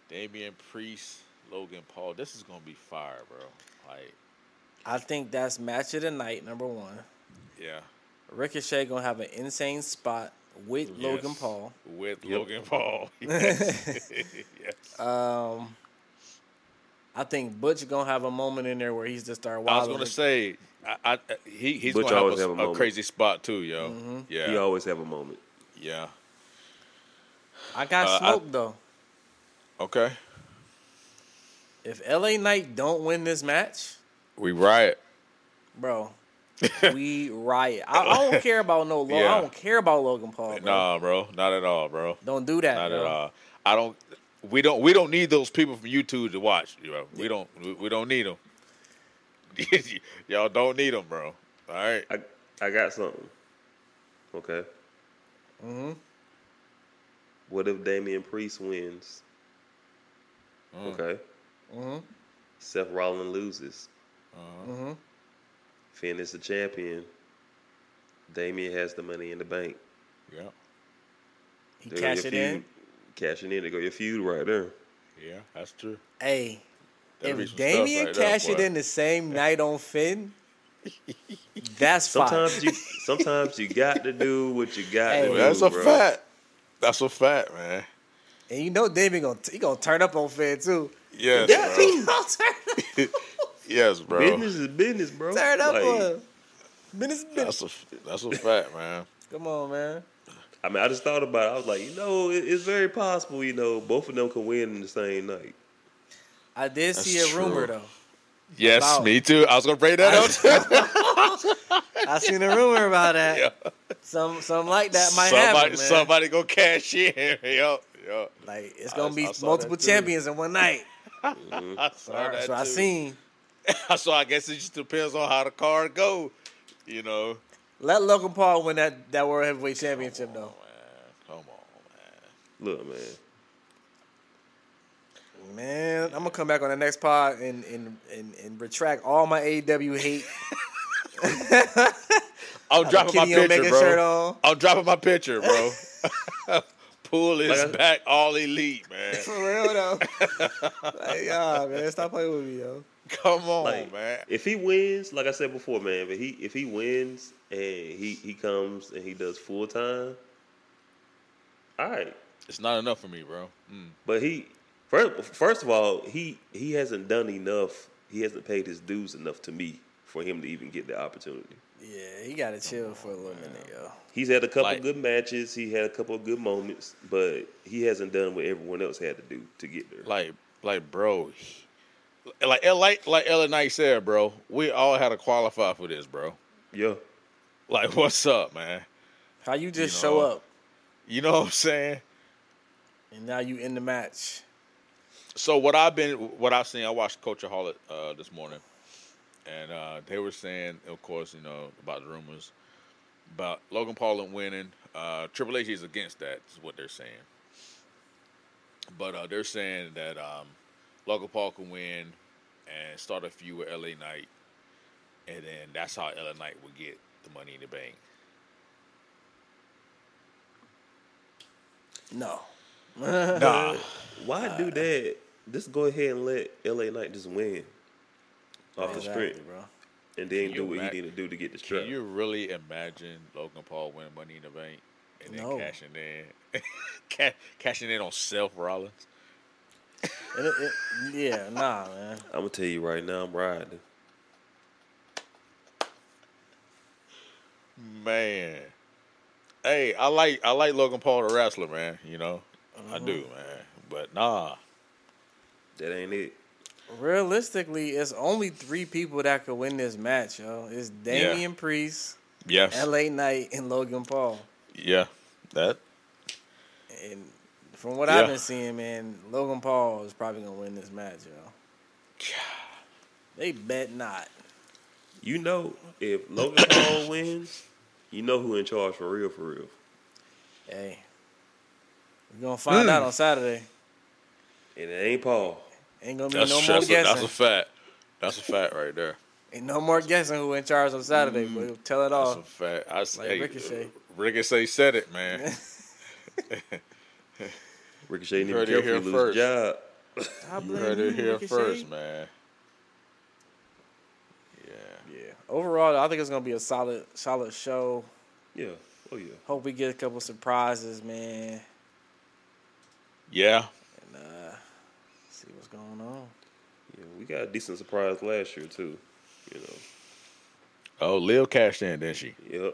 [SPEAKER 2] Damian Priest, Logan Paul. This is gonna be fire, bro. Like,
[SPEAKER 1] I think that's match of the night number one.
[SPEAKER 2] yeah.
[SPEAKER 1] Ricochet gonna have an insane spot with Logan
[SPEAKER 2] Yes.
[SPEAKER 1] Paul.
[SPEAKER 2] With Logan Paul. Yes. Yes.
[SPEAKER 1] I think Butch gonna have a moment in there where he's just our wild.
[SPEAKER 2] I was gonna say, I, I he he's
[SPEAKER 3] Butch
[SPEAKER 2] gonna
[SPEAKER 3] always
[SPEAKER 2] have a,
[SPEAKER 3] have a
[SPEAKER 2] a
[SPEAKER 3] moment.
[SPEAKER 2] crazy spot too, yo.
[SPEAKER 1] Mm-hmm.
[SPEAKER 2] Yeah,
[SPEAKER 3] You always have a moment.
[SPEAKER 2] yeah.
[SPEAKER 1] I got
[SPEAKER 2] uh, I-
[SPEAKER 1] smoked though.
[SPEAKER 2] Okay.
[SPEAKER 1] If LA Knight don't win this match,
[SPEAKER 2] We riot.
[SPEAKER 1] bro, we riot. I, I don't care about no. Lo-
[SPEAKER 2] Yeah.
[SPEAKER 1] I don't care about Logan Paul. Bro.
[SPEAKER 2] Nah, bro. Not at all, bro.
[SPEAKER 1] Don't do that.
[SPEAKER 2] Not
[SPEAKER 1] bro.
[SPEAKER 2] at all. I don't. We don't. We don't need those people from YouTube to watch. You know, we don't. We, we don't need them. Y'all don't need them, bro. All right.
[SPEAKER 3] I I got something. Okay. Mm-hmm. What if Damian Priest wins? Okay. Mm-hmm. Seth Rollins loses.
[SPEAKER 1] Mm-hmm.
[SPEAKER 3] Mm-hmm. Finn is the champion. Damian has the money in the bank.
[SPEAKER 2] Yeah.
[SPEAKER 1] He
[SPEAKER 3] There go your
[SPEAKER 1] cash it
[SPEAKER 3] feud.
[SPEAKER 1] in.
[SPEAKER 3] Cashing in. They go your feud right there.
[SPEAKER 2] Yeah. That's true.
[SPEAKER 1] Hey,
[SPEAKER 2] That'd be
[SPEAKER 1] if
[SPEAKER 2] some stuff
[SPEAKER 1] Damien
[SPEAKER 2] right there,
[SPEAKER 1] cash it
[SPEAKER 2] boy.
[SPEAKER 1] in the same night on Finn, that's fine.
[SPEAKER 3] Sometimes you sometimes you got to do what you got
[SPEAKER 1] Hey.
[SPEAKER 3] to do.
[SPEAKER 1] Well,
[SPEAKER 2] that's a
[SPEAKER 3] bro.
[SPEAKER 2] fact. That's a fact, man.
[SPEAKER 1] And you know Damien gonna he gonna turn up on Finn too.
[SPEAKER 2] Yes,
[SPEAKER 1] Yeah,
[SPEAKER 2] bro.
[SPEAKER 1] he gonna turn up,
[SPEAKER 2] yes, bro.
[SPEAKER 3] Business is business, bro.
[SPEAKER 1] turn up
[SPEAKER 3] Like,
[SPEAKER 1] on him. Business, business.
[SPEAKER 2] That's a that's a fact, man.
[SPEAKER 1] Come on, man.
[SPEAKER 3] I mean, I just thought about it. I was like, you know, it, it's very possible, you know, both of them can win in the same night.
[SPEAKER 1] I did
[SPEAKER 2] That's
[SPEAKER 1] see a rumor
[SPEAKER 2] true.
[SPEAKER 1] though.
[SPEAKER 2] Yes,
[SPEAKER 1] About-
[SPEAKER 2] me too. I was gonna bring that up. too.
[SPEAKER 1] I seen a rumor about that.
[SPEAKER 2] Yeah.
[SPEAKER 1] Some some like that might
[SPEAKER 2] somebody,
[SPEAKER 1] happen. Man.
[SPEAKER 2] somebody go cash in. Yo, yo.
[SPEAKER 1] Like it's
[SPEAKER 2] I-
[SPEAKER 1] gonna be
[SPEAKER 2] I saw
[SPEAKER 1] multiple
[SPEAKER 2] that too.
[SPEAKER 1] champions in one night.
[SPEAKER 2] I saw that
[SPEAKER 1] so I
[SPEAKER 2] too.
[SPEAKER 1] seen.
[SPEAKER 2] so I guess it just depends on how the card go. You know.
[SPEAKER 1] Let Logan Paul win that, that World Heavyweight Championship though.
[SPEAKER 2] Come on, man.
[SPEAKER 3] Look, man.
[SPEAKER 1] Man, I'm gonna come back on the next pod and and and, and retract all my AEW hate.
[SPEAKER 2] I'm dropping my
[SPEAKER 1] Kenny Omega
[SPEAKER 2] picture, bro.
[SPEAKER 1] shirt on.
[SPEAKER 2] I'm dropping my picture, bro. Pool is
[SPEAKER 3] Like I-
[SPEAKER 2] back, all elite, man.
[SPEAKER 1] For real though. like, yeah, man, stop playing with me, yo.
[SPEAKER 2] Come on,
[SPEAKER 3] Like,
[SPEAKER 2] man.
[SPEAKER 3] if he wins, like I said before, man, but he if he wins and he he comes and he does full time, all right.
[SPEAKER 2] It's not enough for me, bro. Mm.
[SPEAKER 3] But he first first of all, he he hasn't done enough. He hasn't paid his dues enough to me for him to even get the opportunity.
[SPEAKER 1] Yeah, he gotta chill for a little minute, yo.
[SPEAKER 3] He's had a couple
[SPEAKER 2] Like-
[SPEAKER 3] good matches. He had a couple of good moments, but he hasn't done what everyone else had to do to get there.
[SPEAKER 2] Like, like, bro. he- Like, like, like Ellen Knight said, bro. We all had to qualify for this, bro.
[SPEAKER 3] yeah.
[SPEAKER 2] Like, what's up, man?
[SPEAKER 1] How you just
[SPEAKER 2] You
[SPEAKER 1] show
[SPEAKER 2] know.
[SPEAKER 1] up
[SPEAKER 2] You know what I'm saying?
[SPEAKER 1] and now you in the match?
[SPEAKER 2] so what I've been what I've seen, I watched Culture Hall uh, this morning, and uh, they were saying, of course, you know about the rumors about Logan Paul and winning. Uh, Triple H is against that, is what they're saying. But uh, they're saying that um, Logan Paul can win and start a feud with LA Knight, and then that's how LA Knight would get the money in the bank.
[SPEAKER 1] No.
[SPEAKER 2] Nah,
[SPEAKER 3] Why do that? Just go ahead and let LA Knight just win off the
[SPEAKER 1] Exactly,
[SPEAKER 3] strength
[SPEAKER 1] bro.
[SPEAKER 3] and then
[SPEAKER 2] Can
[SPEAKER 3] do
[SPEAKER 2] you
[SPEAKER 3] what
[SPEAKER 2] ima-
[SPEAKER 3] he need to do to get the
[SPEAKER 2] can
[SPEAKER 3] strap.
[SPEAKER 2] you really imagine Logan Paul winning money in the bank and then
[SPEAKER 1] No.
[SPEAKER 2] cashing in, ca- cashing in on Seth Rollins?
[SPEAKER 1] It- it- yeah, nah, man.
[SPEAKER 3] I'm gonna tell you right now, I'm riding.
[SPEAKER 2] Man, hey, I like I like Logan Paul the wrestler, man. You know, I do,
[SPEAKER 1] Mm-hmm.
[SPEAKER 2] man. But nah,
[SPEAKER 3] That ain't it.
[SPEAKER 1] Realistically, it's only three people that could win this match, yo. It's
[SPEAKER 2] Yeah.
[SPEAKER 1] Damian Priest,
[SPEAKER 2] yes,
[SPEAKER 1] LA Knight, and Logan Paul.
[SPEAKER 2] yeah, that
[SPEAKER 1] And from what
[SPEAKER 2] Yeah.
[SPEAKER 1] I've been seeing, man, Logan Paul is probably gonna win this match, yo. They bet not.
[SPEAKER 3] You know, if Logan Paul wins, you know who in charge for real, for real.
[SPEAKER 1] Hey, we're gonna find
[SPEAKER 2] Hmm.
[SPEAKER 1] out on Saturday.
[SPEAKER 3] And it ain't Paul.
[SPEAKER 1] Ain't gonna be
[SPEAKER 2] that's
[SPEAKER 1] no
[SPEAKER 2] true.
[SPEAKER 1] more
[SPEAKER 2] that's, a, that's
[SPEAKER 1] guessing.
[SPEAKER 2] a fact. That's a fact right there.
[SPEAKER 1] Ain't no more guessing who in charge on Saturday. But he'll tell it
[SPEAKER 2] Hmm. That's
[SPEAKER 1] all.
[SPEAKER 2] a fact. I say,
[SPEAKER 1] Ricochet.
[SPEAKER 2] Ricochet said it, man.
[SPEAKER 3] Ricochet need to
[SPEAKER 2] heard it
[SPEAKER 3] carefully
[SPEAKER 2] here
[SPEAKER 3] lose the job.
[SPEAKER 1] I
[SPEAKER 2] you
[SPEAKER 1] blame
[SPEAKER 2] heard it here
[SPEAKER 1] Ricochet.
[SPEAKER 2] first, man. Yeah.
[SPEAKER 1] Yeah. Overall, I think it's gonna be a solid, solid show.
[SPEAKER 3] Yeah. Oh yeah.
[SPEAKER 1] Hope we get a couple surprises, man.
[SPEAKER 2] Yeah.
[SPEAKER 1] And uh, see what's going on.
[SPEAKER 3] Yeah. We got a decent surprise last year too. You know.
[SPEAKER 2] Oh, Lil cashed in, didn't she?
[SPEAKER 3] Yep.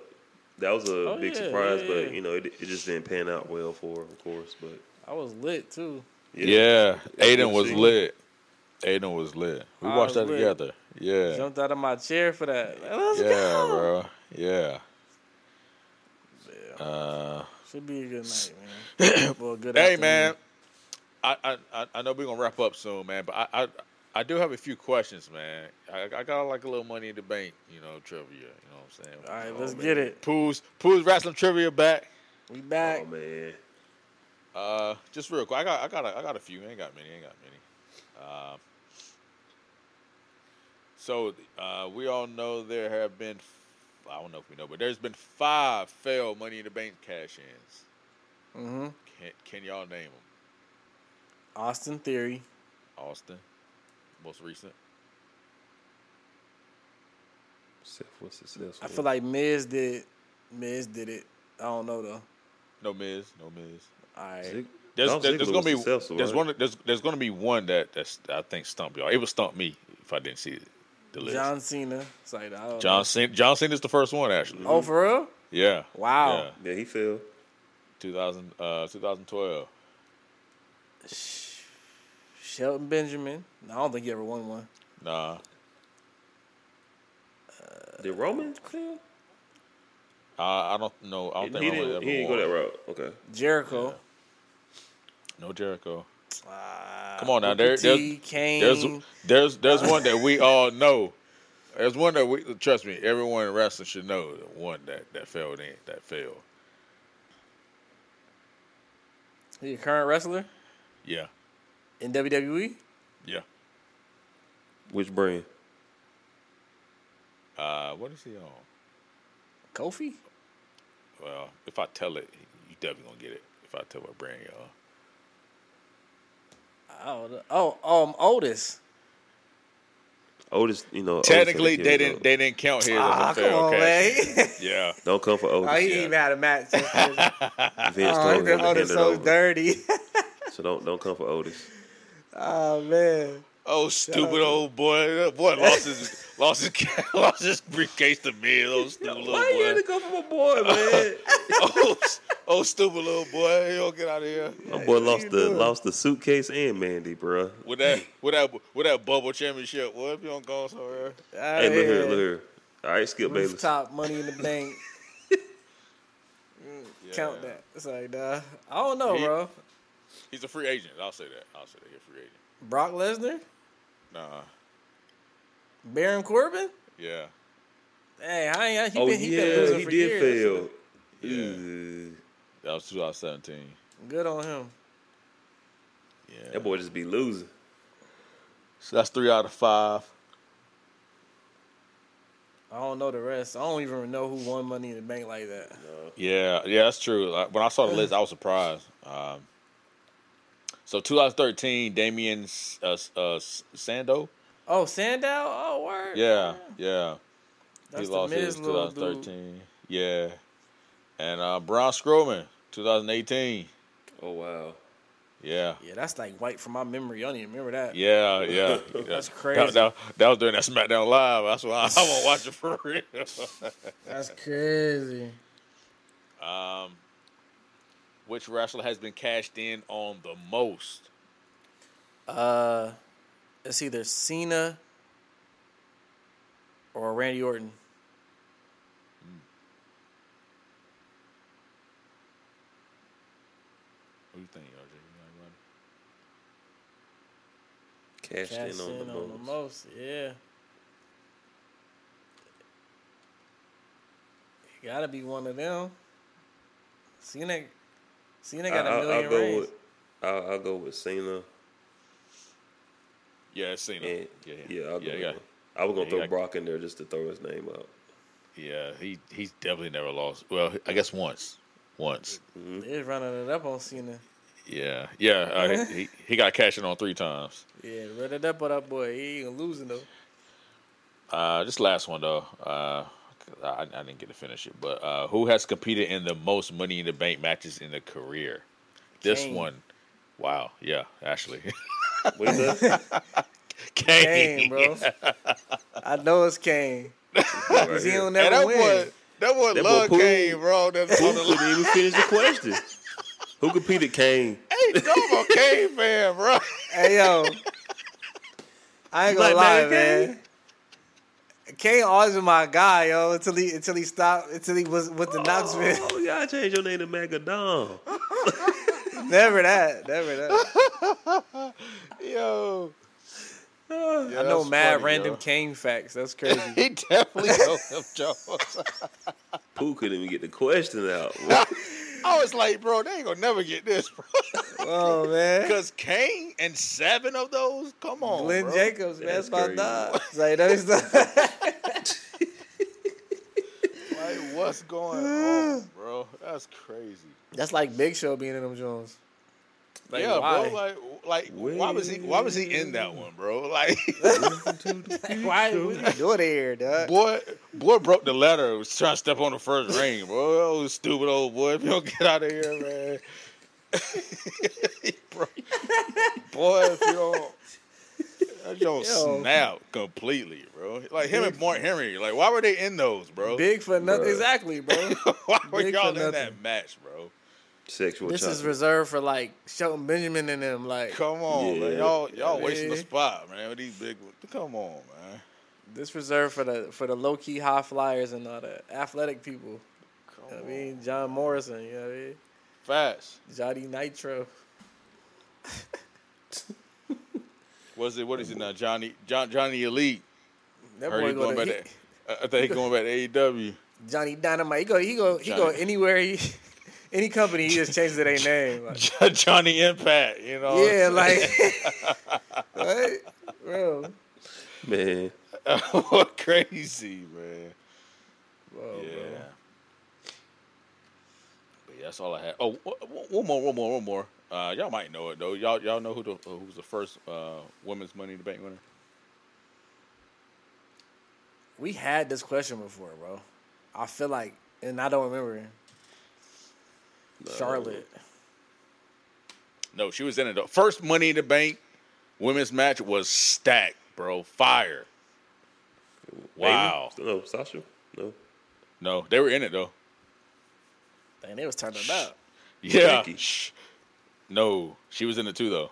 [SPEAKER 3] That was a
[SPEAKER 1] Oh,
[SPEAKER 3] big
[SPEAKER 1] yeah,
[SPEAKER 3] surprise,
[SPEAKER 1] yeah, yeah.
[SPEAKER 3] but you know, it, it just didn't pan out well for her, of course. But
[SPEAKER 1] I was lit too.
[SPEAKER 2] Yeah, Aiden was
[SPEAKER 3] See?
[SPEAKER 2] lit. Aiden was lit. We
[SPEAKER 1] I
[SPEAKER 2] watched
[SPEAKER 1] was
[SPEAKER 2] that
[SPEAKER 1] lit.
[SPEAKER 2] together. Yeah,
[SPEAKER 1] Jumped out of my chair for that. Like, Let's
[SPEAKER 2] yeah,
[SPEAKER 1] go.
[SPEAKER 2] bro. Yeah.
[SPEAKER 1] Yeah.
[SPEAKER 2] Uh,
[SPEAKER 1] Should be a good night, man. well, good
[SPEAKER 2] hey,
[SPEAKER 1] afternoon.
[SPEAKER 2] man. I, I- I I know we're gonna wrap up soon, man. But I I, I do have a few questions, man. I, I got like a little money in the bank, you know, trivia. You know what I'm saying?
[SPEAKER 1] All right,
[SPEAKER 2] Oh,
[SPEAKER 1] let's
[SPEAKER 2] man.
[SPEAKER 1] get it.
[SPEAKER 2] Pooh's Pooh's wrestling trivia back.
[SPEAKER 1] We back.
[SPEAKER 3] Oh man.
[SPEAKER 2] Uh, just real quick, I got, I got, a, I got a few. Ain't got many. Ain't got many. Um, so uh, we all know there have been, I don't know if we know, but there's been five failed Money in the Bank cash-ins.
[SPEAKER 1] mm-hmm.
[SPEAKER 2] Can, can y'all name them?
[SPEAKER 1] Austin Theory,
[SPEAKER 2] Austin, most recent.
[SPEAKER 3] Seth was successful.
[SPEAKER 1] I feel like Miz did. Miz did it. I don't know though.
[SPEAKER 2] No Miz. No Miz.
[SPEAKER 1] All right.
[SPEAKER 3] Zig-
[SPEAKER 2] There's,
[SPEAKER 3] Dolph
[SPEAKER 2] there-
[SPEAKER 3] Ziggler
[SPEAKER 2] there's
[SPEAKER 3] was
[SPEAKER 2] gonna be
[SPEAKER 3] successful,
[SPEAKER 2] there's
[SPEAKER 3] right?
[SPEAKER 2] one there's there's gonna be one that that's I think stumped y'all. It would stump me if I didn't see it. The list. John
[SPEAKER 1] John Cena. It's like, I don't
[SPEAKER 2] John Cena, John Cena's the first one actually.
[SPEAKER 1] Know. Oh, for real?
[SPEAKER 2] Yeah.
[SPEAKER 1] Wow.
[SPEAKER 2] Yeah.
[SPEAKER 3] Yeah, he failed.
[SPEAKER 2] 2000, uh, 2012.
[SPEAKER 1] Shelton Benjamin. No, I don't think he ever won one.
[SPEAKER 2] Nah,
[SPEAKER 3] Did Roman fail?
[SPEAKER 2] I, I don't know. I
[SPEAKER 3] He,
[SPEAKER 2] don't think Roman
[SPEAKER 3] didn't,
[SPEAKER 2] ever
[SPEAKER 3] he didn't go
[SPEAKER 2] won.
[SPEAKER 3] that route. Okay.
[SPEAKER 1] Jericho.
[SPEAKER 2] No Jericho.
[SPEAKER 1] Ah,
[SPEAKER 2] Come on Oh, now,
[SPEAKER 1] Booker
[SPEAKER 2] there- there's-
[SPEAKER 1] T, Kane.
[SPEAKER 2] There's there's there's one that we all know. There's one that we trust me. Everyone in wrestling should know the one that that failed in that failed.
[SPEAKER 1] He a current wrestler
[SPEAKER 2] Yeah,
[SPEAKER 1] in E, WWE.
[SPEAKER 2] yeah.
[SPEAKER 3] Which brand?
[SPEAKER 2] Uh, what is he on?
[SPEAKER 1] Kofi.
[SPEAKER 2] Well, if I tell it, you definitely gonna get it. If I tell what brand you on.
[SPEAKER 1] I don't know. Oh, um, Otis.
[SPEAKER 3] Otis, you know. Otis
[SPEAKER 2] Technically,
[SPEAKER 3] had a
[SPEAKER 2] they
[SPEAKER 3] kid,
[SPEAKER 2] didn't
[SPEAKER 3] though.
[SPEAKER 2] they didn't count his
[SPEAKER 1] Ah,
[SPEAKER 2] as a
[SPEAKER 1] come
[SPEAKER 2] failed
[SPEAKER 1] on,
[SPEAKER 2] cash.
[SPEAKER 1] man.
[SPEAKER 2] Yeah,
[SPEAKER 3] Don't come for Otis.
[SPEAKER 1] oh, he didn't even had a match. oh,
[SPEAKER 3] Vince told him to hand
[SPEAKER 1] Otis
[SPEAKER 3] it
[SPEAKER 1] so
[SPEAKER 3] over.
[SPEAKER 1] dirty.
[SPEAKER 3] So don't don't come for Otis.
[SPEAKER 1] oh man.
[SPEAKER 2] Oh, stupid old boy! That boy lost his lost his lost his briefcase to me. Oh, stupid little
[SPEAKER 3] Why you had
[SPEAKER 2] boy!
[SPEAKER 3] to go for my boy, man?
[SPEAKER 2] oh, s- oh, stupid little boy! You don't get out of here
[SPEAKER 3] my boy lost the
[SPEAKER 1] doing?
[SPEAKER 3] lost the suitcase and Mandy, bruh.
[SPEAKER 2] with that with that with that bubble championship. What if you don't go somewhere?
[SPEAKER 3] Hey, look here, look here. All right, Skip Bayless.
[SPEAKER 1] Rooftop, money in the bank. Count
[SPEAKER 2] Yeah.
[SPEAKER 1] that. It's like, nah. I don't know,
[SPEAKER 2] He-
[SPEAKER 1] bro.
[SPEAKER 2] He's a free agent. I'll say that. I'll say that he's a free agent.
[SPEAKER 1] Brock Lesnar,
[SPEAKER 2] Nah,
[SPEAKER 1] Baron Corbin.
[SPEAKER 2] yeah,
[SPEAKER 1] Hey, I ain't. He
[SPEAKER 3] oh
[SPEAKER 1] been, he been
[SPEAKER 3] yeah,
[SPEAKER 1] losing
[SPEAKER 3] he
[SPEAKER 1] for
[SPEAKER 3] did
[SPEAKER 1] years.
[SPEAKER 3] fail.
[SPEAKER 2] Yeah.
[SPEAKER 3] Ugh.
[SPEAKER 2] that was 2017.
[SPEAKER 1] Good on him.
[SPEAKER 2] Yeah,
[SPEAKER 3] That boy just be losing.
[SPEAKER 2] So that's three out of five.
[SPEAKER 1] I don't know the rest. I don't even know who won Money in the Bank like that.
[SPEAKER 2] Yeah, yeah, that's true. Like, when I saw the list, I was surprised. Um, so 2013, Damien S- uh, S- uh, S- Sando.
[SPEAKER 1] Oh, Sandow. Oh, word.
[SPEAKER 2] Yeah, yeah.
[SPEAKER 1] That's
[SPEAKER 2] he lost
[SPEAKER 1] the
[SPEAKER 2] his
[SPEAKER 1] Miz little dude.
[SPEAKER 2] 2013. Yeah. And uh, Braun Strowman, 2018.
[SPEAKER 3] Oh wow.
[SPEAKER 2] Yeah.
[SPEAKER 1] Yeah, that's like white from my memory. I don't even remember that.
[SPEAKER 2] Yeah, yeah.
[SPEAKER 1] That's
[SPEAKER 2] That-
[SPEAKER 1] crazy.
[SPEAKER 2] That, that was during that SmackDown Live. That's why I, I won't watch it for real.
[SPEAKER 1] That's crazy.
[SPEAKER 2] um, which wrestler has been cashed in on the most?
[SPEAKER 1] Uh, it's either Cena or Randy Orton.
[SPEAKER 2] What do you think, RJ?
[SPEAKER 3] Cashed,
[SPEAKER 1] Cash
[SPEAKER 3] in on the
[SPEAKER 1] on the
[SPEAKER 3] most.
[SPEAKER 1] most. Yeah. It gotta be one of them. Cena, Cena got
[SPEAKER 3] I-
[SPEAKER 1] a
[SPEAKER 3] I'll, I'll
[SPEAKER 1] million
[SPEAKER 3] go
[SPEAKER 1] rings.
[SPEAKER 3] with I'll, I'll go with Cena
[SPEAKER 2] Yeah, it's Cena.
[SPEAKER 3] and
[SPEAKER 2] yeah,
[SPEAKER 3] yeah, I'll go
[SPEAKER 2] yeah,
[SPEAKER 3] with
[SPEAKER 2] yeah.
[SPEAKER 3] him. I was gonna
[SPEAKER 2] Yeah,
[SPEAKER 3] throw
[SPEAKER 2] yeah.
[SPEAKER 3] Brock in there just to throw his name out.
[SPEAKER 2] Yeah, he he's definitely never lost. Well, I guess once, once.
[SPEAKER 3] mm.
[SPEAKER 1] They're running it up on Cena.
[SPEAKER 2] Yeah, yeah. Uh, he he got cashed in on three times.
[SPEAKER 1] Yeah, run it up on that boy. He ain't losing though.
[SPEAKER 2] Uh, this last one though, uh, 'cause I, I didn't get to finish it. But uh, who has competed in the most Money in the Bank matches in a career? This
[SPEAKER 1] Kane.
[SPEAKER 2] one, wow, yeah, actually,
[SPEAKER 3] What is that?
[SPEAKER 2] Kane,
[SPEAKER 1] Kane, bro. I know it's Kane.
[SPEAKER 3] Right
[SPEAKER 1] Cause he
[SPEAKER 3] here.
[SPEAKER 1] don't
[SPEAKER 2] And that
[SPEAKER 1] never win.
[SPEAKER 2] one, that one,
[SPEAKER 3] That boy
[SPEAKER 2] love
[SPEAKER 3] Pooh.
[SPEAKER 2] Kane, bro. That's
[SPEAKER 3] Who couldn't even finish the question? Who competed Kane?
[SPEAKER 2] Right? I'm a caveman, bro.
[SPEAKER 1] Hey yo, I ain't gonna
[SPEAKER 3] You like
[SPEAKER 1] lie,
[SPEAKER 3] Mary
[SPEAKER 1] man. Kane always been my guy, yo. Until he until he stopped, until he was with the Knoxville.
[SPEAKER 3] Oh, y'all changed your name to Magadon.
[SPEAKER 1] never that, never that.
[SPEAKER 2] Yo. Yeah,
[SPEAKER 1] I know
[SPEAKER 2] that's
[SPEAKER 1] mad
[SPEAKER 2] funny,
[SPEAKER 1] random
[SPEAKER 2] yo.
[SPEAKER 1] Kane facts. That's crazy.
[SPEAKER 2] He definitely knows them jokes.
[SPEAKER 3] Pooh couldn't even get the question out.
[SPEAKER 2] I was like, bro, they ain't gonna never get this, bro.
[SPEAKER 1] oh man,
[SPEAKER 2] Because Kane and seven of those, come on,
[SPEAKER 1] Glenn
[SPEAKER 2] bro.
[SPEAKER 1] Jacobs, man, that's
[SPEAKER 3] That's
[SPEAKER 1] my
[SPEAKER 3] crazy.
[SPEAKER 1] dog. Like that's the-
[SPEAKER 2] Like, what's going on, bro? That's crazy.
[SPEAKER 1] that's like Big Show being in them Jones. Like,
[SPEAKER 2] yeah,
[SPEAKER 1] why?
[SPEAKER 2] bro. Like, like, why was he? Why was he in that one, bro? Like,
[SPEAKER 1] Why? What you doing here, dog?
[SPEAKER 2] boy, boy broke the ladder. Was trying to step on the first ring, bro. Oh, stupid old boy. If you don't get out of here, man. bro, boy, if you don't. That don't
[SPEAKER 1] Yo.
[SPEAKER 2] snap completely, bro. Like him and Mark Henry. Like, why were they in those, bro?
[SPEAKER 1] Big for nothing.
[SPEAKER 3] Bruh.
[SPEAKER 1] Exactly, bro.
[SPEAKER 2] why were
[SPEAKER 1] big
[SPEAKER 2] y'all
[SPEAKER 1] for
[SPEAKER 2] in
[SPEAKER 1] nothing.
[SPEAKER 2] that match, bro?
[SPEAKER 3] Sexual
[SPEAKER 1] this is
[SPEAKER 3] chocolate.
[SPEAKER 1] reserved for like Shelton Benjamin and them. Like
[SPEAKER 2] Come on, man.
[SPEAKER 3] Yeah.
[SPEAKER 2] Y'all, y'all wasting the
[SPEAKER 1] Yeah.
[SPEAKER 2] spot, man. With these big, come on, man.
[SPEAKER 1] this reserved for the for the low key high flyers and all the athletic people.
[SPEAKER 2] Come
[SPEAKER 1] You know
[SPEAKER 2] on.
[SPEAKER 1] what I mean, John Morrison. You know what I mean,
[SPEAKER 2] Fast.
[SPEAKER 1] Johnny Nitro.
[SPEAKER 2] Was it? What is it now? Johnny, John, Johnny Elite.
[SPEAKER 1] That
[SPEAKER 2] Heard
[SPEAKER 1] boy
[SPEAKER 2] he going
[SPEAKER 1] going
[SPEAKER 2] back
[SPEAKER 1] to
[SPEAKER 2] to. I I think he going back to E AEW.
[SPEAKER 1] Johnny Dynamite. He go he go he go
[SPEAKER 2] Johnny.
[SPEAKER 1] anywhere he. Any company, he just changes their name. Like,
[SPEAKER 2] Jo- Johnny Impact. You know. what I'm
[SPEAKER 1] yeah,
[SPEAKER 2] saying?
[SPEAKER 1] like what, bro?
[SPEAKER 3] Man,
[SPEAKER 2] crazy, man.
[SPEAKER 1] Whoa,
[SPEAKER 2] yeah.
[SPEAKER 1] bro.
[SPEAKER 2] But yeah, that's all I had. Oh, wh- wh- one more, one more, one more. Uh, y'all might know it though. Y'all, y'all know who the who was the first uh, women's Money in the Bank winner?
[SPEAKER 1] We had this question before, bro. I feel like, and I don't remember. Charlotte.
[SPEAKER 2] No, she was in it. The first Money in the Bank women's match was stacked, bro. Fire. Wow.
[SPEAKER 3] Bailey? No, Sasha. No.
[SPEAKER 2] No, they were in it though.
[SPEAKER 1] Dang, they was turning up.
[SPEAKER 2] Yeah.
[SPEAKER 3] Nikki.
[SPEAKER 2] Shh. No, she was in it too though.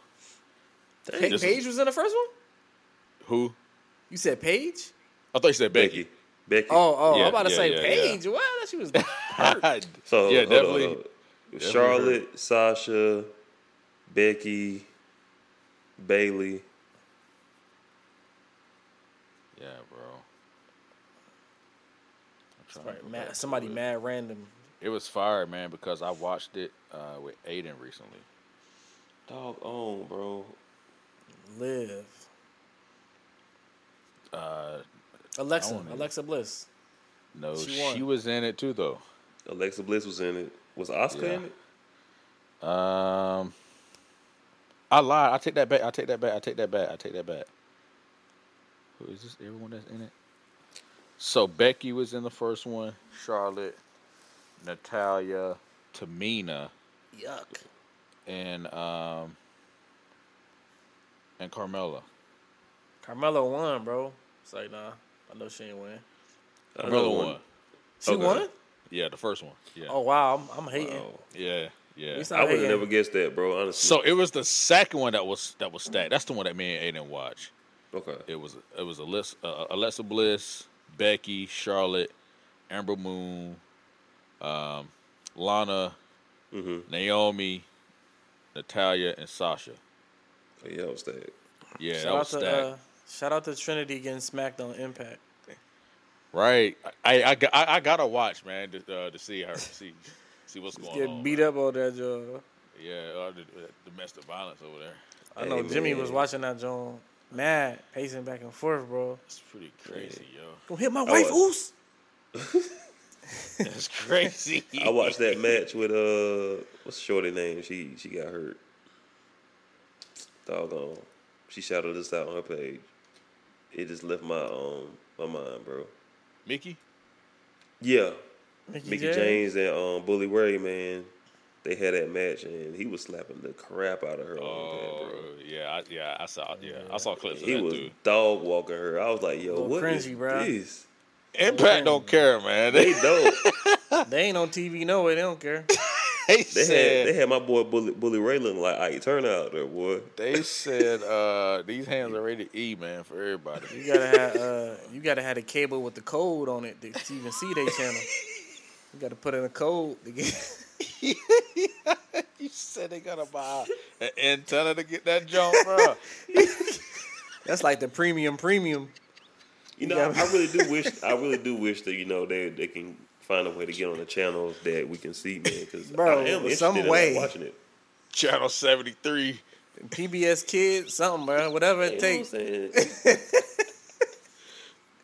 [SPEAKER 1] Pa-
[SPEAKER 2] this is-
[SPEAKER 1] Paige was in the first one.
[SPEAKER 2] Who?
[SPEAKER 1] You said Paige?
[SPEAKER 2] I thought you said Becky.
[SPEAKER 3] Becky. Becky.
[SPEAKER 1] Oh, oh,
[SPEAKER 2] Yeah,
[SPEAKER 1] I'm about to
[SPEAKER 2] yeah,
[SPEAKER 1] say
[SPEAKER 2] yeah, yeah.
[SPEAKER 1] Paige. What? That she was. hurt.
[SPEAKER 3] So
[SPEAKER 2] yeah,
[SPEAKER 3] hold on,
[SPEAKER 2] definitely.
[SPEAKER 3] hold on. Charlotte, Sasha, Becky, Bailey.
[SPEAKER 2] Yeah, bro. I'm trying to
[SPEAKER 1] Right,
[SPEAKER 2] go
[SPEAKER 1] mad,
[SPEAKER 2] back
[SPEAKER 1] somebody
[SPEAKER 2] to it.
[SPEAKER 1] mad random.
[SPEAKER 2] It was fire, man, because I watched it uh, with Aiden recently.
[SPEAKER 3] Dog
[SPEAKER 2] oh,
[SPEAKER 3] on, bro.
[SPEAKER 1] Live.
[SPEAKER 2] Uh, I
[SPEAKER 1] Alexa.
[SPEAKER 2] don't know.
[SPEAKER 1] Alexa Bliss.
[SPEAKER 2] no,
[SPEAKER 1] She
[SPEAKER 2] she,
[SPEAKER 1] won.
[SPEAKER 2] was in it too though.
[SPEAKER 3] Alexa Bliss was in it. Was Oscar
[SPEAKER 2] Yeah.
[SPEAKER 3] in it?
[SPEAKER 2] Um, I lied. I take that back. I take that back. I take that back. I take that back. Who is this? Everyone that's in it. So Becky was in the first one. Charlotte, Natalia, Tamina,
[SPEAKER 1] Yuck.
[SPEAKER 2] and um, and Carmella.
[SPEAKER 1] Carmelo won, bro. It's like nah. I know she ain't win.
[SPEAKER 3] I know
[SPEAKER 2] Carmella won.
[SPEAKER 1] She
[SPEAKER 3] Okay.
[SPEAKER 1] won.
[SPEAKER 2] Yeah, the first one. Yeah.
[SPEAKER 1] Oh wow, I'm, I'm hating.
[SPEAKER 3] Wow.
[SPEAKER 2] Yeah. Yeah.
[SPEAKER 1] We sound
[SPEAKER 3] I would have
[SPEAKER 1] hating.
[SPEAKER 3] never guessed that, bro. Honestly.
[SPEAKER 2] So it was the second one that was that was stacked. That's the one that me and Aiden watched.
[SPEAKER 3] okay.
[SPEAKER 2] It was it was Alexa, uh, Alexa Bliss, Becky, Charlotte, Amber Moon, um, Lana,
[SPEAKER 1] Mm-hmm.
[SPEAKER 3] Mhm.
[SPEAKER 2] Naomi, Natalia, and Sasha.
[SPEAKER 3] Yeah, I was that.
[SPEAKER 2] Yeah,
[SPEAKER 1] Shout
[SPEAKER 2] that
[SPEAKER 1] out
[SPEAKER 2] was
[SPEAKER 1] to
[SPEAKER 2] stacked.
[SPEAKER 1] uh, shout out to Trinity getting smacked on Impact.
[SPEAKER 2] right. I I, got- I I gotta watch man to, uh, to see her see see what's going
[SPEAKER 1] Get
[SPEAKER 2] on.
[SPEAKER 1] beat
[SPEAKER 2] man.
[SPEAKER 1] up on that job.
[SPEAKER 2] Yeah, uh, the, the domestic violence over there.
[SPEAKER 1] I know
[SPEAKER 3] Hey,
[SPEAKER 1] Jimmy
[SPEAKER 3] man.
[SPEAKER 1] was watching that joint. Mad, pacing back and forth, bro.
[SPEAKER 2] It's pretty crazy,
[SPEAKER 1] Gonna hit my wife,
[SPEAKER 3] was-
[SPEAKER 1] Oos.
[SPEAKER 2] yo. It's crazy.
[SPEAKER 3] I watched that match with uh, what's shorty name? She she got hurt. Doggone. She shouted this out on her page. It just left my um my mind, bro.
[SPEAKER 2] Mickey.
[SPEAKER 3] Yeah,
[SPEAKER 1] Mickey,
[SPEAKER 3] Mickey
[SPEAKER 1] James.
[SPEAKER 3] James and um Bully Ray, man. They had that match and he was slapping the crap out of her.
[SPEAKER 2] Oh
[SPEAKER 3] on that, bro.
[SPEAKER 2] yeah, I, yeah. I saw yeah, I saw clips of
[SPEAKER 3] He
[SPEAKER 2] that
[SPEAKER 3] was
[SPEAKER 2] dude.
[SPEAKER 3] dog walking her. I was like, yo,
[SPEAKER 1] Little
[SPEAKER 3] what is
[SPEAKER 1] cringy, bro.
[SPEAKER 3] this?
[SPEAKER 2] Impact don't care, man.
[SPEAKER 3] They dope.
[SPEAKER 1] They ain't on TV, no way. They don't care.
[SPEAKER 2] They
[SPEAKER 3] They
[SPEAKER 2] said
[SPEAKER 3] had they had my boy Bully Bully Ray looking like Ike Turnout there, boy.
[SPEAKER 2] They said uh, these hands are rated E, man, for everybody.
[SPEAKER 1] You gotta have uh, you gotta have a cable with the code on it to even see their channel. You gotta put in a code to get.
[SPEAKER 2] you said they gotta buy an antenna to get that jump, bro.
[SPEAKER 1] That's like the premium premium.
[SPEAKER 3] You know, I, I really do wish I really do wish that you know they they can find a way to get on the channels that we can see, man. Because I
[SPEAKER 1] Bro,
[SPEAKER 3] am interested
[SPEAKER 1] some
[SPEAKER 3] in like,
[SPEAKER 1] way.
[SPEAKER 3] watching it.
[SPEAKER 2] Channel seventy three.
[SPEAKER 1] PBS Kids, something, bro. Whatever it takes.
[SPEAKER 3] You know what I'm saying?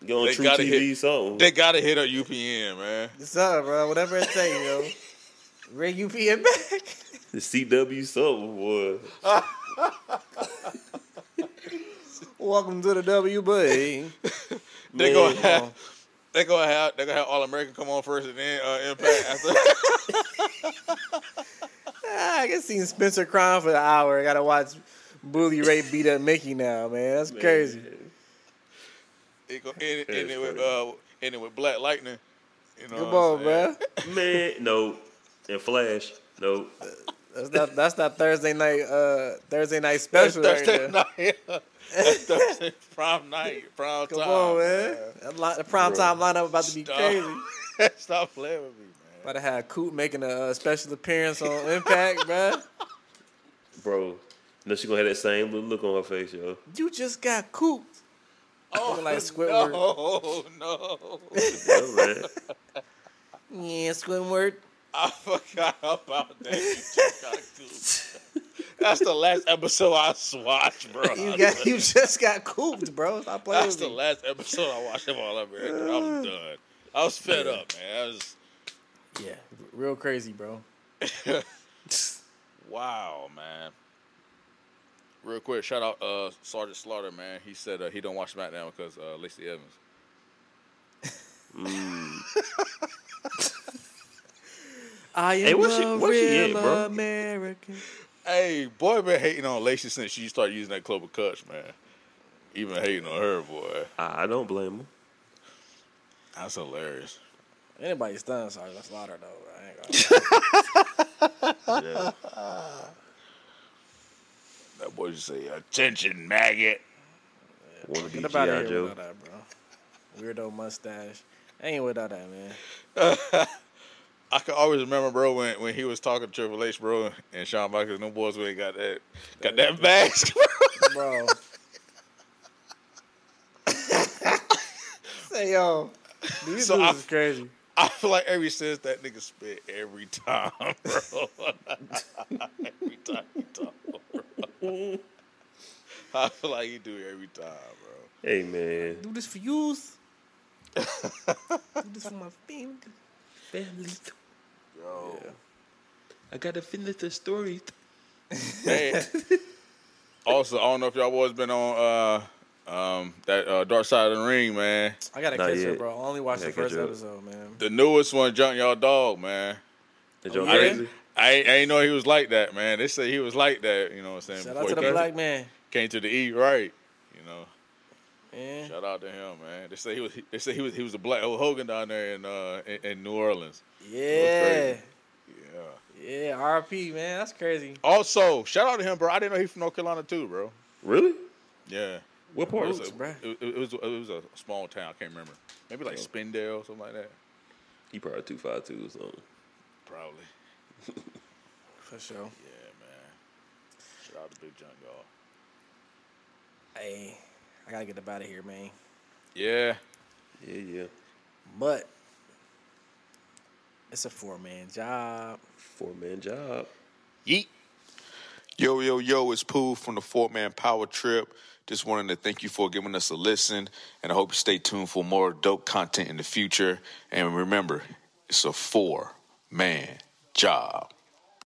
[SPEAKER 3] Get on
[SPEAKER 2] They
[SPEAKER 3] True
[SPEAKER 2] gotta
[SPEAKER 3] TV
[SPEAKER 2] hit-
[SPEAKER 3] something.
[SPEAKER 2] They gotta hit a UPN, man.
[SPEAKER 1] It's up, bro. Whatever it takes, yo. Ring UP and back.
[SPEAKER 3] the CW something, boy.
[SPEAKER 1] Welcome to the W, buddy.
[SPEAKER 2] They
[SPEAKER 3] Man,
[SPEAKER 2] gonna have they gonna have they gonna have All American come on first and then uh, Impact after.
[SPEAKER 1] Ah, I can see Spencer crying for an hour. I gotta watch Bully Ray beat up Mickey now, man. That's
[SPEAKER 3] man.
[SPEAKER 1] crazy.
[SPEAKER 2] they gonna end, it-
[SPEAKER 3] That's
[SPEAKER 2] end it with uh,
[SPEAKER 3] funny.
[SPEAKER 2] end it with Black Lightning. You know
[SPEAKER 1] Come
[SPEAKER 2] what I'm
[SPEAKER 1] on,
[SPEAKER 2] saying?
[SPEAKER 1] bro.
[SPEAKER 3] Man, no. And Flash, no.
[SPEAKER 1] That's not that's not Thursday night uh Thursday night
[SPEAKER 2] That's
[SPEAKER 1] special right
[SPEAKER 2] Thursday
[SPEAKER 1] there.
[SPEAKER 2] night. That's Thursday prime night, prime
[SPEAKER 1] Come
[SPEAKER 2] time.
[SPEAKER 1] on, man. That li- the prime
[SPEAKER 3] Bro.
[SPEAKER 1] time lineup about to be
[SPEAKER 2] Stop.
[SPEAKER 1] crazy.
[SPEAKER 2] Stop playing with me, man.
[SPEAKER 1] About to have Coop making a uh, special appearance on Impact, bruh.
[SPEAKER 3] Bro. No, she gonna have that same little look on her face, yo.
[SPEAKER 1] You just got Coop.
[SPEAKER 2] Oh,
[SPEAKER 1] like Squidward.
[SPEAKER 2] No, no.
[SPEAKER 3] Yeah, man.
[SPEAKER 1] Yeah, Squidward.
[SPEAKER 2] I forgot about that. You just got cooped. That's the last episode I watched, bro.
[SPEAKER 1] You got you just got cooped, bro. Stop playing
[SPEAKER 2] That's
[SPEAKER 1] with
[SPEAKER 2] the
[SPEAKER 1] me. Uh.
[SPEAKER 2] last episode I watched of All American. I was done. I was fed up, man. I was
[SPEAKER 1] Yeah, real crazy, bro.
[SPEAKER 2] wow, man. Real quick, shout out uh, Sergeant Slaughter, man. He said uh, he don't watch SmackDown because uh, Lacey Evans.
[SPEAKER 1] I am
[SPEAKER 3] Hey, where she-
[SPEAKER 1] a
[SPEAKER 3] where she
[SPEAKER 1] real
[SPEAKER 3] at, bro?
[SPEAKER 1] American.
[SPEAKER 2] Hey, boy, been hating on Lacey since she started using that Clover Cuts, man. Even hating on her, boy.
[SPEAKER 3] I, I don't blame her.
[SPEAKER 2] That's hilarious.
[SPEAKER 1] Anybody's done, sorry. That's slaughter though. bro. I ain't gonna-
[SPEAKER 3] Yeah.
[SPEAKER 2] That boy just say, attention, maggot.
[SPEAKER 3] Wanna be
[SPEAKER 1] Get about
[SPEAKER 3] G.I.
[SPEAKER 1] here
[SPEAKER 3] Joe.
[SPEAKER 1] without that, bro. Weirdo mustache. Ain't without that, man.
[SPEAKER 2] I can always remember, bro, when, when he was talking to Triple H, bro, and Shawn Michaels, them boys, when they got that got that mask, bro.
[SPEAKER 1] Bro. Say yo. These
[SPEAKER 2] So
[SPEAKER 1] dudes
[SPEAKER 2] I-
[SPEAKER 1] is crazy.
[SPEAKER 2] I feel like every since that nigga spit every time, bro. every time he talk, bro. I feel like he do it every time, bro.
[SPEAKER 3] Hey man.
[SPEAKER 1] Do this for youth. Do this for my family.
[SPEAKER 3] Family.
[SPEAKER 2] Yo.
[SPEAKER 3] I gotta finish the story.
[SPEAKER 2] Hey. also, I don't know if y'all boys been on uh, um, that uh, Dark Side of the Ring, man.
[SPEAKER 1] I gotta
[SPEAKER 3] Not
[SPEAKER 1] catch
[SPEAKER 3] yet.
[SPEAKER 1] up, bro. I only watched
[SPEAKER 3] Yeah,
[SPEAKER 1] the first
[SPEAKER 3] catch up.
[SPEAKER 1] episode, man.
[SPEAKER 2] The newest one, Junk Y'all Dog, man.
[SPEAKER 3] Is y'all
[SPEAKER 1] Oh, Yeah.
[SPEAKER 2] I
[SPEAKER 3] crazy?
[SPEAKER 2] didn't, I, ain't- I ain't know he was like that, man. They say he was like that, you know what I'm saying?
[SPEAKER 1] Shout
[SPEAKER 2] before
[SPEAKER 1] out to
[SPEAKER 2] he
[SPEAKER 1] the
[SPEAKER 2] came-
[SPEAKER 1] black man.
[SPEAKER 2] Came to the E, right? You know,
[SPEAKER 1] Yeah.
[SPEAKER 2] shout out to him, man. They say he was. They say he was. He was a black Hulk Hogan down there in uh in, in New Orleans.
[SPEAKER 1] Yeah.
[SPEAKER 2] Yeah.
[SPEAKER 1] Yeah. RP, man. That's crazy.
[SPEAKER 2] Also, shout out to him, bro. I didn't know he from North Carolina too, bro.
[SPEAKER 3] Really?
[SPEAKER 2] Yeah.
[SPEAKER 3] What
[SPEAKER 2] It
[SPEAKER 3] part?
[SPEAKER 2] was, a,
[SPEAKER 1] Roots, bro.
[SPEAKER 2] it, it was it was a small town. I can't remember. Maybe like Spindale, something like that.
[SPEAKER 3] He probably two five two or something.
[SPEAKER 2] Probably.
[SPEAKER 1] For sure.
[SPEAKER 2] Yeah, man. Shout out to Big John, y'all.
[SPEAKER 1] Hey, I gotta get up out of here, man.
[SPEAKER 2] Yeah.
[SPEAKER 3] Yeah, yeah.
[SPEAKER 1] But it's a four man job.
[SPEAKER 3] Four man job.
[SPEAKER 2] Yeet. Yo, yo, yo, it's Pooh from the Fort Man Power Trip. Just wanted to thank you for giving us a listen, and I hope you stay tuned for more dope content in the future. And remember, it's a four man job.